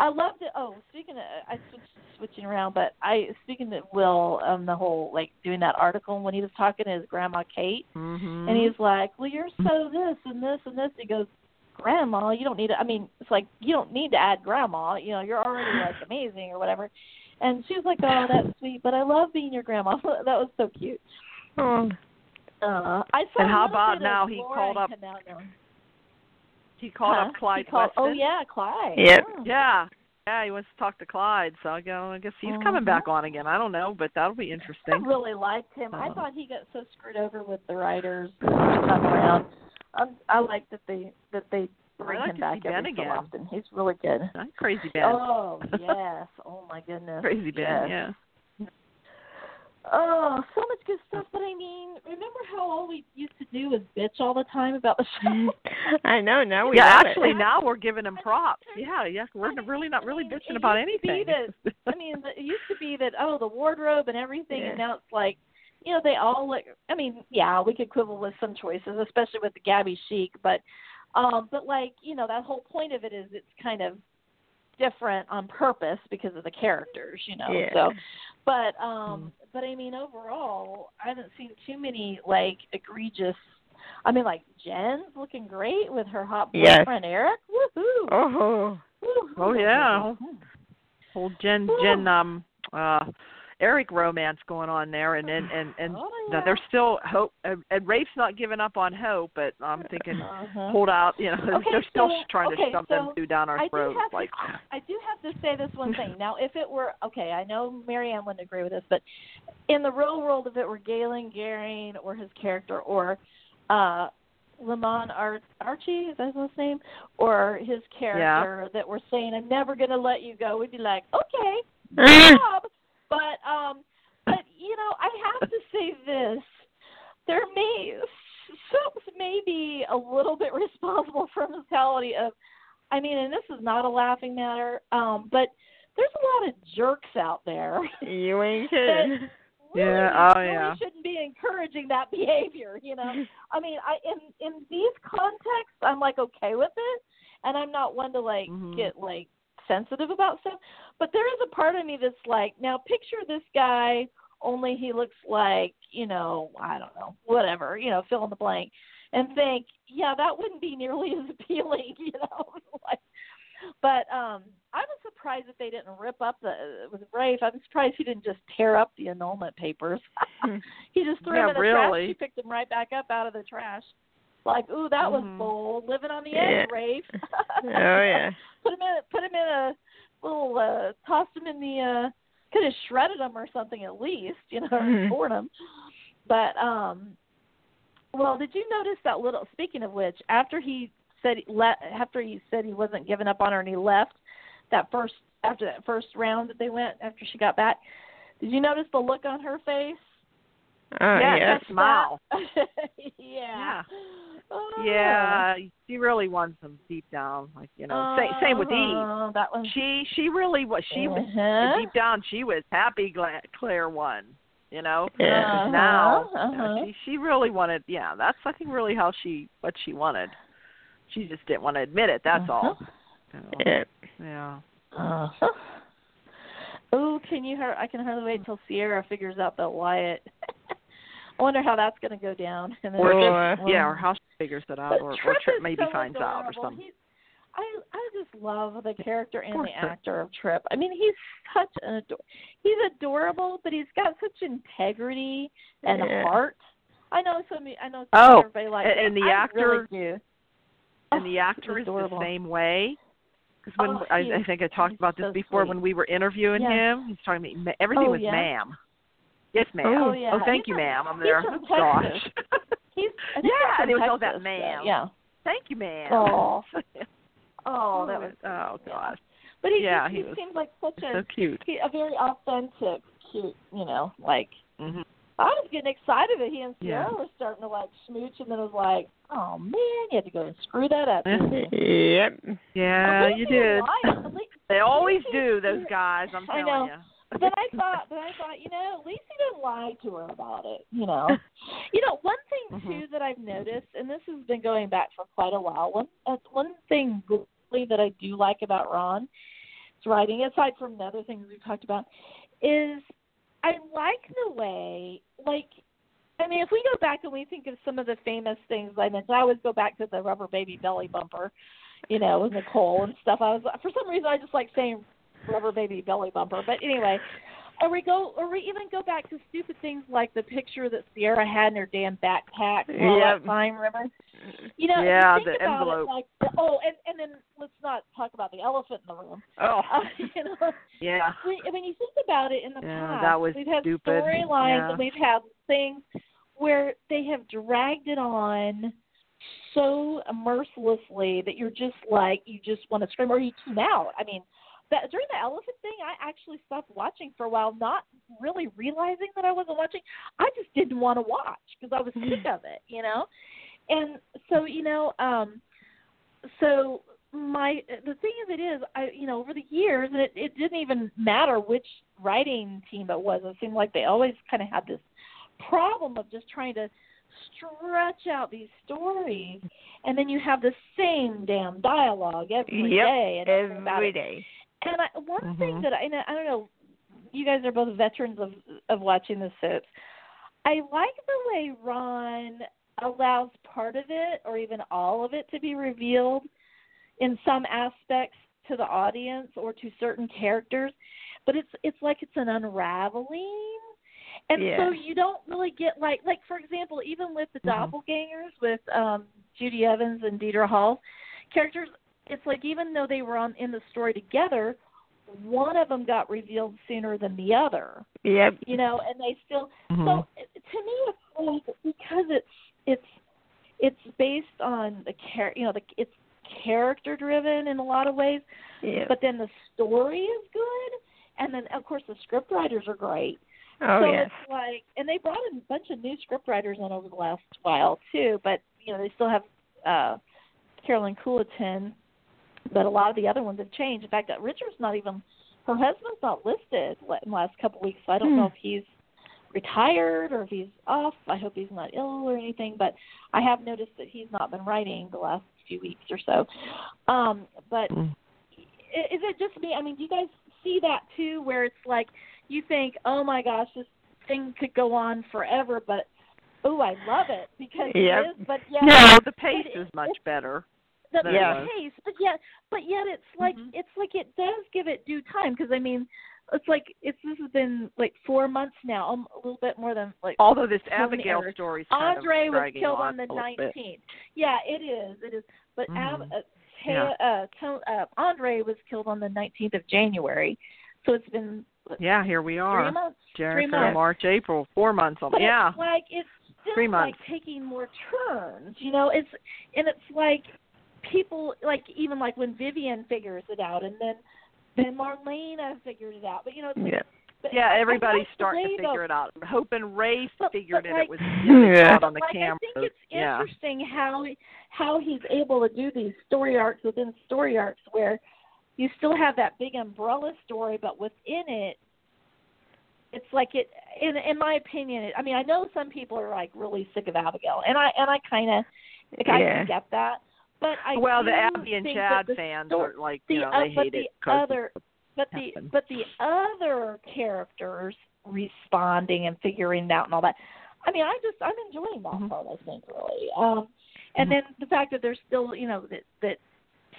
S4: I loved it. Oh, speaking of, I switched switching around, but I speaking of Will, um, the whole like doing that article when he was talking to his grandma Kate
S2: hmm
S4: and he's like, "Well, you're so this and this and this." He goes, grandma, you don't need to, I mean, it's like, you don't need to add grandma, you know, you're already like amazing or whatever. And she was like, oh, that's sweet, but I love being your grandma. that was so cute.
S3: Oh.
S4: Uh, I saw
S2: And how
S4: a little
S2: about
S4: bit
S2: now
S4: of
S2: he
S4: Laura
S2: called
S4: in
S2: up-
S4: Canal Road.
S2: He called
S4: Huh?
S2: up Clyde
S4: He called- Oh
S2: Weston.
S4: yeah, Clyde. Mm.
S3: Yep.
S4: Yeah.
S2: Yeah. Yeah, he wants to talk to Clyde, so I go- I guess he's coming
S4: Mhm.
S2: back on again. I don't know, but that'll be interesting.
S4: I really liked him. I
S2: Oh.
S4: thought he got so screwed over with the writers this time around. I, I like that they that they bring
S2: I'd like
S4: him
S2: to
S4: back
S2: see
S4: every
S2: Ben
S4: so
S2: again.
S4: often. He's really good.
S2: Not Crazy Ben.
S4: Oh yes. Oh my goodness.
S2: Crazy Ben,
S4: Yes.
S2: yeah.
S4: Oh, so much good stuff. But I mean, remember how all we used to do was bitch all the time about the
S3: Mm-hmm.
S4: show?
S3: I know. Now we
S2: yeah,
S3: love
S2: actually
S3: it.
S2: now we're giving him
S4: I mean,
S2: props.
S4: there's-
S2: Yeah, yeah, we're
S4: Oh, I mean,
S2: really not really
S4: I mean, it
S2: bitching about
S4: used to be
S2: anything.
S4: I mean, it used to be that oh, the wardrobe and everything,
S3: Yeah.
S4: and now it's like, you know, they all look. I mean, yeah, we could quibble with some choices, especially with the Gabby Chic, but, um, but like, you know, that whole point of it is it's kind of different on purpose because of the characters, you know.
S3: Yeah.
S4: So, but
S2: Mm-hmm.
S4: um, but I mean, overall, I haven't seen too many like egregious. I mean, like Jen's looking great with her hot
S3: Yes.
S4: boyfriend Eric. Woohoo!
S3: Oh.
S4: Woohoo.
S2: Oh, yeah. whole Jen
S4: Whew.
S2: Jen um uh Eric romance going on there and and and, and
S4: Oh,
S2: now
S4: yeah.
S2: there's still hope and, and Rafe's not giving up on hope, but I'm thinking
S4: Uh-huh.
S2: hold out, you know,
S4: Okay,
S2: they're still
S4: so-
S2: trying to
S4: okay,
S2: shove them
S4: so
S2: two down
S4: I
S2: our
S4: do
S2: throats
S4: have to-
S2: like
S4: I do have to say this one thing. Now, if it were okay, I know Marianne wouldn't agree with this, but in the real world, if it were Galen Garing or his character or uh Lemon Ar- Archie, is that his last name, or his character that were saying, "I'm never going to let you go," we'd be like, "Okay,
S3: oh.
S4: job. But um, but you know, I have to say this: there may soaps may be a little bit responsible for mentality of, I mean, and this is not a laughing matter, um, but there's a lot of jerks out there.
S3: You ain't kidding.
S4: Really,
S2: Yeah, oh,
S4: really
S2: yeah.
S4: shouldn't be encouraging that behavior. You know, I mean, I in in these contexts, I'm like okay with it, and I'm not one to like
S2: Mhm.
S4: get like sensitive about stuff. But there is a part of me that's like, now picture this guy, only he looks like you know, I don't know, whatever, you know, fill in the blank, and think, yeah, that wouldn't be nearly as appealing, you know, like. But um I was surprised that they didn't rip up the uh, with Rafe. I'm surprised he didn't just tear up the annulment papers.
S3: Hmm.
S4: he just threw
S2: Yeah,
S4: them in the
S2: really.
S4: trash. She picked them right back up out of the trash. Like, ooh, that was
S2: Mhm.
S4: bold. Living on the
S3: Mm-hmm. Yeah.
S4: edge, Rafe.
S3: Oh yeah.
S4: Put him in. Put him in a little. uh Tossed him in the. uh Could have shredded him or something at least, you know,
S2: Mm-hmm.
S3: Mhm.
S4: or torn him. But um, well, did you notice that little? Speaking of which, after he said le- after he said he wasn't giving up on her and he left that first after that first round that they went after she got back, did you notice the look on her face?
S3: Oh
S2: Yeah,
S3: yes.
S2: that's smile.
S4: yeah. Oh.
S2: Yeah, she really wants them deep down, like you know. sa- same with Eve.
S4: Uh-huh, That one.
S2: She she really was she was
S4: Uh-huh.
S2: deep down she was happy Gla- Claire won, you know.
S3: Yeah.
S4: Uh-huh,
S2: now you know,
S4: uh-huh.
S2: she she really wanted yeah that's i think really how she what she wanted she just didn't want to admit it that's all So,
S3: Yeah.
S2: yeah
S4: Uh-huh. Oh, can you? Hear, I can hardly wait until Sierra figures out that Wyatt. I wonder how that's going to go down. And then
S2: or
S3: Or-
S2: just yeah or how she figures it out
S4: Um, But
S2: or, or
S4: Trip
S2: Trip
S4: is
S2: maybe
S4: so
S2: finds out or
S4: adorable.
S2: something
S4: He's- I I just love the character and
S2: course
S4: the
S2: Trip.
S4: actor of Trip. I mean, he's such an ador- he's adorable, but he's got such integrity and
S3: Yeah.
S4: heart. I know so many. I know
S2: Oh,
S4: everybody likes
S2: and-
S4: him.
S2: and the
S4: I
S2: actor-
S4: Really do.
S2: and
S4: Oh,
S2: the actor is
S4: adorable.
S2: the same way because when
S4: Oh,
S2: I,
S4: he
S2: I
S4: is-
S2: think i talked
S4: he's
S2: about this
S4: so
S2: before
S4: sweet.
S2: when we were interviewing
S4: Yeah.
S2: him he's talking to me ma- everything
S4: Oh,
S2: was
S4: yeah?
S2: ma'am yes ma'am
S4: Oh, yeah.
S2: thank
S4: He's
S2: you
S4: from-
S2: ma'am i'm
S4: he's
S2: there
S4: from
S2: gosh
S4: He's I think
S2: Yeah,
S4: he's from
S2: and he was all that
S4: Texas, so,
S2: ma'am.
S4: Yeah.
S2: thank you ma'am
S4: Oh. Oh, that
S2: Oh,
S4: was.
S2: oh
S4: yeah.
S2: gosh
S4: But he
S2: Yeah,
S4: he,
S2: he was-
S4: seems like such
S2: so
S4: a
S2: cute
S4: he, a very authentic, cute. You know, like
S2: hmm
S4: I was getting excited that he and
S2: Yeah.
S4: Sierra were starting to like smooch, and then it was like, oh man, you had to go and screw that up. didn't you?
S3: Yep.
S4: Mm-hmm.
S2: yeah
S4: At
S2: you
S4: least
S2: did
S4: were lying. At least-
S2: They always
S4: Lucy-
S2: do, those guys. I'm
S4: I
S2: telling
S4: know.
S2: you.
S4: But I thought, but I thought, you know, at least he didn't lie to her about it. You know, you know, one thing
S2: Mhm.
S4: too that I've noticed, and this has been going back for quite a while. One uh, one thing really that I do like about Ron's writing, aside from the other things we've talked about, is I like the way, like, I mean, if we go back and we think of some of the famous things, I mean, I always go back to the rubber baby belly bumper, you know, with Nicole and stuff. I was for some reason I just like saying rubber baby belly bumper, but anyway. Or we go, or we even go back to stupid things like the picture that Sierra had in her damn backpack. Yeah.
S5: Yep.
S4: Fine, remember? You know, if you
S5: Yeah,
S4: think
S5: the
S4: about
S5: envelope.
S4: It, like, oh, and and then let's not talk about the elephant in the room.
S5: Oh,
S4: Uh, you know,
S5: yeah.
S4: we, when you think about it in the
S5: Yeah,
S4: past,
S5: that was
S4: we've had
S5: stupid.
S4: storylines
S5: Yeah.
S4: and we've had things where they have dragged it on so mercilessly that you're just like you just want to scream or you tune out. I mean, that during the elephant thing, I actually stopped watching for a while, not really realizing that I wasn't watching. I just didn't want to watch because I was sick of it, you know. And so you know, um, so my the thing of it is, I you know over the years, and it, it didn't even matter which writing team it was. It seemed like they always kind of had this problem of just trying to stretch out these stories, and then you have the same damn dialogue every day.
S3: Yep,
S4: and it's about
S3: every
S4: it.
S3: day.
S4: And I, one
S5: Mhm.
S4: thing that I, and I don't know, you guys are both veterans of of watching the soaps. I like the way Ron allows part of it, or even all of it, to be revealed in some aspects to the audience or to certain characters. But it's it's like it's an unraveling, and
S3: Yeah.
S4: so you don't really get like like for example, even with the
S5: Mhm.
S4: doppelgangers with um Judy Evans and Deidre Hall characters it's like even though they were on in the story together, one of them got revealed sooner than the other.
S3: Yep.
S4: You know, and they still.
S5: Mhm.
S2: Hmm.
S4: So it- to me, it's like because it's it's it's based on the char- you know the it's character driven in a lot of ways,
S3: Yeah.
S4: but then the story is good, and then of course the script writers are great.
S3: oh
S4: so
S3: yes.
S4: it's like, and they brought in a bunch of new script writers in over the last while too, but you know they still have uh Carolyn Coulatin, but a lot of the other ones have changed. In fact, that Richard's not even her husband's not listed le- in the last couple of weeks, so I don't
S3: Hmm.
S4: know if he's retired or if he's off. I hope he's not ill or anything, but I have noticed that he's not been writing the last few weeks or so. Um, but
S2: Mm-hmm.
S5: Mm.
S4: i is it just me? I mean, do you guys see that too, where it's like you think, oh my gosh, this thing could go on forever, but oh, I love it because
S3: Yep.
S4: it is, but yeah,
S5: No, the pace
S4: it-
S5: is much better.
S4: the
S5: There
S4: yeah.
S5: it
S4: case, but yet, but yet, it's like
S5: Mhm.
S4: it's like it does give it due time because I mean, it's like it's this has been like four months now, um, a little bit more than like
S5: Although this
S4: Tony
S5: Abigail
S4: Erickson.
S5: story is kind
S4: Andre
S5: of
S4: was
S5: dragging
S4: killed
S5: on,
S4: on the
S5: a little bit.
S4: nineteenth. Yeah, it is, it is. But Ab,
S5: Mhm.
S4: uh, Ta- uh, Ton- uh, Andre was killed on the nineteenth of January, so it's been what,
S5: Yeah, here we
S4: three
S5: are.
S4: months.
S5: Jericho,
S4: months.
S5: March, April, four months. Almost.
S4: But
S5: Yeah.
S4: it's like it's still
S5: Three
S4: like
S5: months.
S4: taking more turns, you know. It's and it's like people like even like when Vivian figures it out, and then then Marlena figured it out. But you know, it's like,
S3: Yeah.
S4: but
S5: Yeah,
S4: I
S5: everybody's
S4: like the
S5: starting
S4: way,
S5: to
S4: though-
S5: figure it out. Hope and Ray
S4: But-
S5: figured
S4: but
S5: it.
S4: like-
S5: it was it was
S3: Yeah.
S5: out on the
S4: like,
S5: camera.
S4: I think it's
S5: yeah.
S4: interesting how how he's able to do these story arcs within story arcs where you still have that big umbrella story, but within it, it's like it. In in my opinion, it, I mean, I know some people are like really sick of Abigail, and I and I kind of like, I
S3: Yeah.
S4: can get that, but I
S5: well, the
S4: do
S5: Abby and
S4: think
S5: Chad
S4: that the
S5: fans
S4: sto-
S5: are like,
S4: the
S5: you know,
S4: uh,
S5: they
S4: but
S5: hate
S4: the
S5: it. 'cause it's-
S4: other but the
S5: happened.
S4: but the other characters responding and figuring it out and all that. I mean, I just I'm enjoying that
S5: Mhm.
S4: part. I think really, um, and
S5: Mhm.
S4: then the fact that there's still you know that that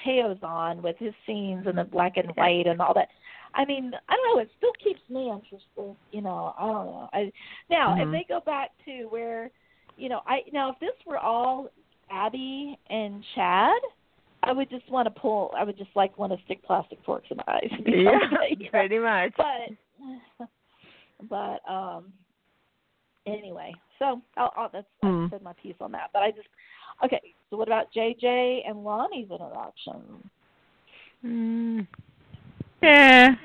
S4: Teo's on with his scenes and the black and white and all that. I mean, I don't know. It still keeps me interested. You know, I don't know. I now
S5: Mhm.
S4: if they go back to where, you know, I now if this were all Abby and Chad, I would just want to pull. I would just like want to stick plastic forks in my
S3: Yeah,
S4: eyes. You know?
S3: pretty much.
S4: But but um. Anyway, so I'll, I'll, that's
S5: Hmm.
S4: I said my piece on that. But I just okay. So what about JJ and Lonnie's interaction?
S3: Mm.
S5: yeah.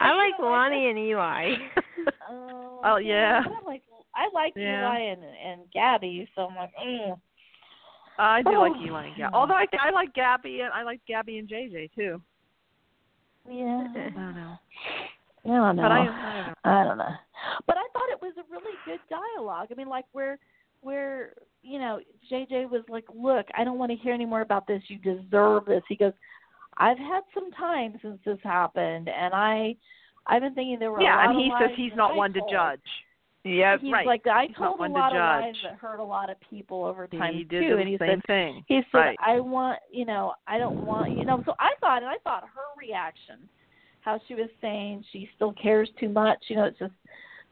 S3: I like Lonnie and Eli.
S4: Um,
S5: Oh, yeah.
S4: I like I like
S5: Yeah.
S4: Eli and and Gabby. So I'm like, mm.
S5: I do like
S4: Oh.
S5: Eli and Gabby. Although I I like Gabby and I like Gabby and JJ too.
S4: yeah.
S5: I don't know.
S4: I don't know.
S5: But I, I don't know.
S4: I don't know. But I thought it was a really good dialogue. I mean, like where where you know JJ was like, "Look, I don't want to hear any more about this. You deserve this." He goes, "I've had some time since this happened, and I I've been thinking there were a
S5: Yeah,
S4: lot
S5: and
S4: of
S5: he says
S4: lies
S5: he's
S4: that
S5: not
S4: I
S5: one to
S4: told."
S5: judge. Uh,
S3: Yep.
S4: he's
S2: right.
S4: like, I
S2: He's not
S4: told a
S2: one to
S4: lot of
S2: judge.
S4: lies that hurt a lot of people over time
S2: he did
S4: too,
S2: the
S4: and he
S2: same
S4: said,
S2: thing.
S4: he said,
S2: Right.
S4: I want, you know, I don't want, you know. So I thought, and I thought her reaction, how she was saying she still cares too much, you know, it's just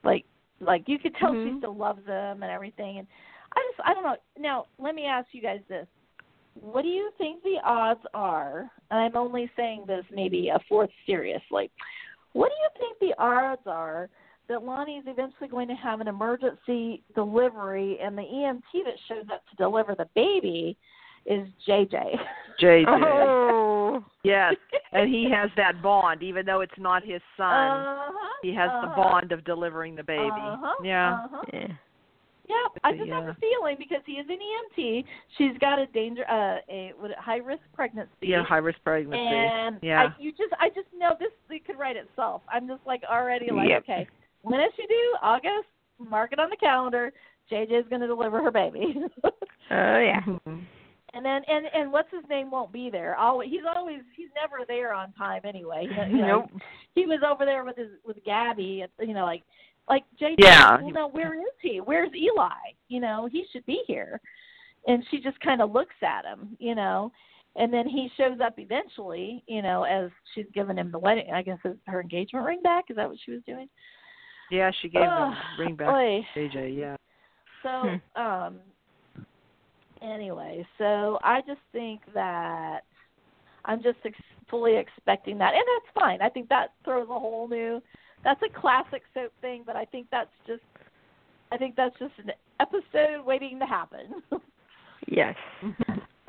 S4: like, like you could tell she
S2: Mhm.
S4: still loves him and everything. And I just, I don't know. Now, let me ask you guys this. What do you think the odds are? And I'm only saying this maybe a fourth seriously. What do you think the odds are that Lonnie is eventually going to have an emergency delivery and the EMT that shows up to deliver the baby is JJ.
S2: JJ.
S3: Oh.
S2: Yes, and he has that bond, even though it's not his son.
S4: Uh-huh,
S2: he has the
S4: uh-huh,
S2: bond of delivering the baby.
S4: Uh-huh,
S2: yeah.
S4: Uh-huh.
S3: Yeah.
S4: Yeah, I just have
S2: Yeah.
S4: a feeling because he is an EMT. She's got a danger, uh, a what, high risk pregnancy.
S2: Yeah, high risk pregnancy.
S4: And
S2: Yeah.
S4: I, you just, I just know this. It could write itself. I'm just like already like,
S3: Yep.
S4: okay, when is she due? August. Mark it on the calendar. JJ's going to deliver her baby.
S3: Oh yeah.
S2: Mhm.
S4: and then and and what's his name won't be there. Always he's always he's never there on time anyway. You know,
S3: Nope.
S4: He was over there with his with Gabby. At, you know, like like JJ.
S2: Yeah.
S4: Well, no, where is he? Where's Eli? You know, he should be here. And she just kind of looks at him. You know. And then he shows up eventually, you know, as she's giving him the wedding. I guess it's her engagement ring back. Is that what she was doing?
S2: Yeah, she gave him
S4: Ugh,
S2: the ring back.
S4: oy.
S2: to JJ, yeah.
S4: So, um, anyway, so I just think that I'm just ex- fully expecting that, and that's fine. I think that throws a whole new. That's a classic soap thing, but I think that's just. I think that's just an episode waiting to happen.
S3: Yes.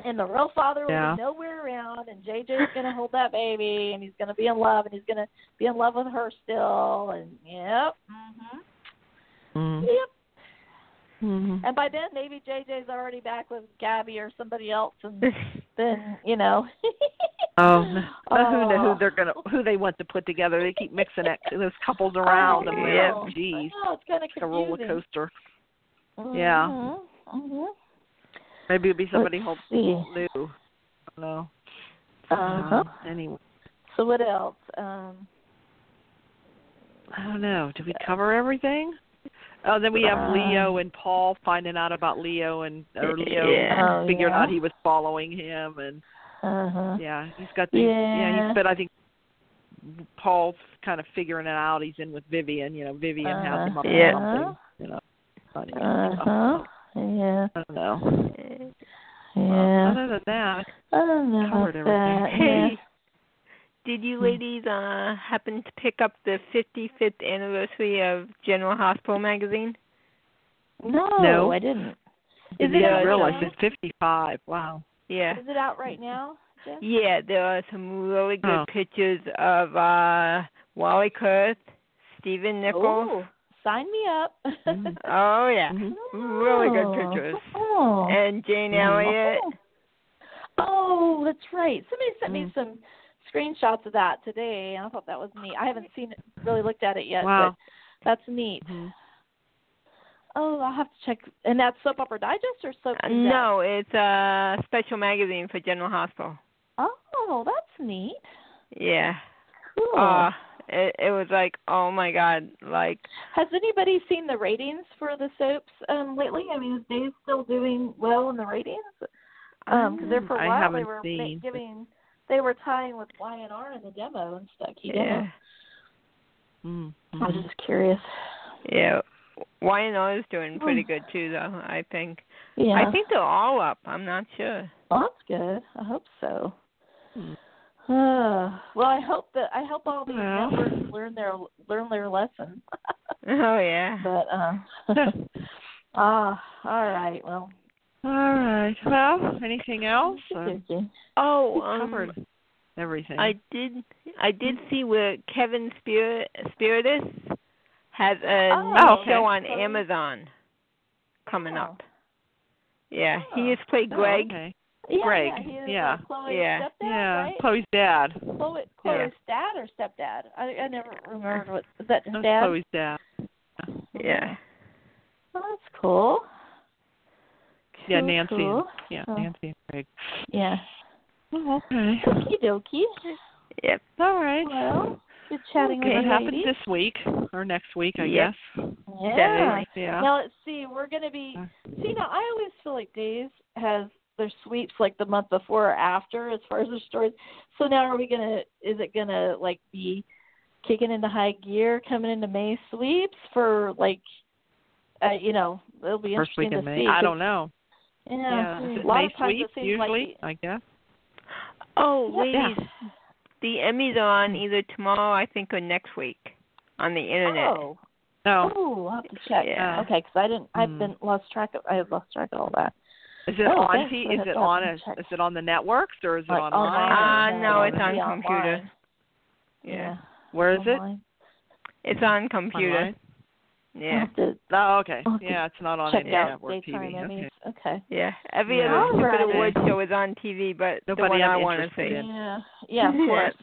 S4: and the real father will
S2: Yeah.
S4: be nowhere around, and JJ's gonna hold that baby, and he's gonna be in love, and he's gonna be in love with her still, and yep, hmm
S2: Mhm.
S4: yep.
S2: Mhm.
S4: And by then, maybe JJ's already back with Gabby or somebody else, and then you know.
S2: Oh, no. Uh, who know
S4: Oh.
S2: who they're gonna who they want to put together? They keep mixing it, those couples around.
S4: I
S2: I'm
S4: know.
S2: like, geez,
S4: I know, Oh, it's kind of
S2: like a roller
S4: confusing.
S2: coaster.
S4: Mhm,
S2: Yeah.
S4: mhm.
S2: Maybe it'll be somebody help
S4: Let's see.
S2: Lou. I don't know.
S4: Uh-huh.
S2: Um, anyway,
S4: So what else? Um,
S2: I don't know. Did we cover everything? Oh, then we have Leo and Paul finding out about Leo and or Leo
S3: Yeah.
S4: Oh,
S2: figuring
S4: yeah.
S2: out he was following him and
S4: uh-huh.
S2: Yeah, he's got the yeah.
S4: Yeah.
S2: He's, but I think Paul's kind of figuring it out. He's in with Vivian. You know, Vivian has him up
S3: Uh-huh. Yeah.
S2: to something. You know, funny.
S4: Uh-huh. Yeah.
S2: I don't know. Well,
S4: Yeah.
S2: other than that,
S4: I don't know about
S2: Uh-huh. covered everything.
S4: that. Yeah.
S3: Hey, did
S4: Hmm.
S3: you ladies uh happen to pick up the 55th anniversary of General Hospital magazine?
S4: No,
S2: No.
S4: I
S2: I
S4: didn't. Is
S2: didn't
S4: it
S2: even
S4: out
S2: realize
S4: now?
S2: it's 55. Wow.
S3: Yeah.
S4: Is it out right now? Jeff?
S3: Yeah, there are some really good
S2: Oh.
S3: pictures of uh Wally Kurth, Stephen
S4: Oh.
S3: Nichols.
S4: Ooh, sign me up.
S2: Mm.
S3: Oh yeah.
S2: Mhm.
S3: Really good pictures.
S4: Oh.
S3: And Jane
S2: Mhm.
S3: Elliott.
S4: Oh, that's right. Somebody sent me
S2: Mm.
S4: some screenshots of that today, and I thought that was neat. I haven't seen it, really looked at it yet,
S2: Wow.
S4: but that's neat.
S2: Mhm.
S4: Oh, I'll have to check. And that's Soap Opera Digest or Soap?
S3: Uh,
S4: Gazette?
S3: No, it's a special magazine for General Hospital.
S4: Oh, that's neat.
S3: Yeah.
S4: Cool.
S3: Uh it, it was like, oh my god, like
S4: Has anybody seen the ratings for the soaps um, lately? I mean, is Dave still doing well in the ratings? Um, because
S3: Mm,
S4: there for
S2: I
S4: a while they
S2: haven't
S4: were ma-
S2: seen.
S4: giving, they were tying with Y&R in the demo and stuff. You know?
S3: yeah.
S2: Mm,
S4: I was
S2: mhm.
S4: just curious.
S3: Yeah. Y and O is doing pretty good too though, I think.
S4: Oh. Yeah.
S3: I think they're all up. I'm not sure.
S4: Well, that's good. I hope so.
S2: Hmm.
S4: Uh, well, I hope that I hope all these
S2: Well.
S4: networks learn their learn their lesson.
S3: Oh yeah.
S4: but um, ah, all right. Well,
S2: All right. Well, anything else? Uh,
S4: okay.
S3: Oh,
S2: we
S3: um,
S2: covered everything.
S3: I did. I did
S4: Mm.
S3: see where Kevin Spirit Spiritus has a
S4: Oh,
S3: new
S2: okay.
S3: show on
S4: So-
S3: Amazon coming
S4: Oh.
S3: up. Yeah,
S4: Oh.
S3: he has played
S2: Oh,
S3: Greg.
S2: okay.
S4: yeah,
S2: Greg,
S4: Yeah, he is,
S2: yeah.
S4: Uh, Chloe's
S3: Yeah.
S4: stepdad,
S2: yeah.
S4: right?
S2: Chloe's dad.
S4: Chloe, Chloe's dad or stepdad? I I never remembered what is that his
S2: That's
S4: dad.
S2: Chloe's dad.
S3: Yeah.
S4: Well, Oh, that's cool.
S2: Yeah,
S4: Cool,
S2: Nancy. and-
S4: cool.
S2: Yeah,
S4: Oh.
S2: Nancy and Greg.
S4: Yeah.
S2: Oh, okay.
S4: Okie dokie.
S3: Yep.
S2: All right.
S4: Well, good chatting
S2: Okay,
S4: with
S2: what
S4: you.
S2: happens
S4: ladies.
S2: this week or next week, I
S3: Yep.
S2: guess.
S4: Yeah. Yeah.
S2: Yeah.
S4: Now let's see. We're going to be.
S2: Uh.
S4: See, now I always feel like Days has their sweeps like the month before or after as far as their stories. So now are we going to? Is it going to like be kicking into high gear coming into May sweeps for like? Uh, you know, it'll be
S2: First week
S4: interesting
S2: in May.
S4: to see.
S2: I don't know.
S4: Yeah,
S2: Yeah.
S4: see,
S2: Is
S4: a
S2: it
S4: lot
S2: May
S4: of times
S2: sweep
S4: it seems
S2: usually?
S4: like
S2: I guess.
S3: Oh,
S4: Yeah.
S3: ladies, the Emmys are on either tomorrow, I think, or next week on the internet.
S4: oh,
S2: No.
S4: oh, I'll have to check.
S3: Yeah.
S4: Okay, because I didn't. I've
S2: Hmm.
S4: been lost track of. I have lost track of all that.
S2: Is it
S4: Oh,
S2: on?
S4: thanks.
S2: T-
S4: I'll
S2: is
S4: have
S2: it
S4: to
S2: on? A,
S4: have to check.
S2: is it on the networks or is it
S4: Like,
S2: online?
S4: online.
S3: Uh, no, it's
S4: It'll
S3: on
S4: be
S3: computer.
S4: online.
S3: Yeah.
S2: Where is it?
S4: online.
S3: It's on computer.
S2: Online?
S4: I'll
S3: Yeah.
S4: have to
S2: Oh, okay.
S4: I'll have to
S2: Yeah, it's not on
S4: check
S2: any
S4: out
S2: network
S4: daytime
S2: TV.
S4: Emmys.
S2: Okay.
S4: Okay.
S3: Yeah. Every
S2: Yeah.
S3: other stupid
S4: Alrighty.
S3: award show is on TV, but the one
S2: Nobody I'm
S3: I want to
S2: interested
S3: see.
S2: in.
S4: Yeah. Yeah, of
S3: Yeah.
S4: course.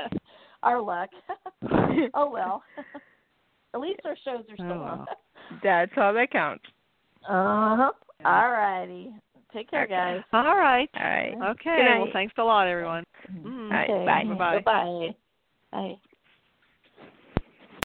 S4: our luck. oh well. At least our shows are still
S2: Oh,
S4: on.
S3: That's all that counts.
S4: Uh huh. All righty. Take care,
S3: Oh. Okay.
S4: guys.
S2: All right.
S3: All right.
S2: Okay. Well,
S3: night.
S2: thanks a lot, everyone. Mm.
S3: All right,
S4: Okay.
S3: bye.
S2: Bye-bye.
S4: Bye-bye. Bye.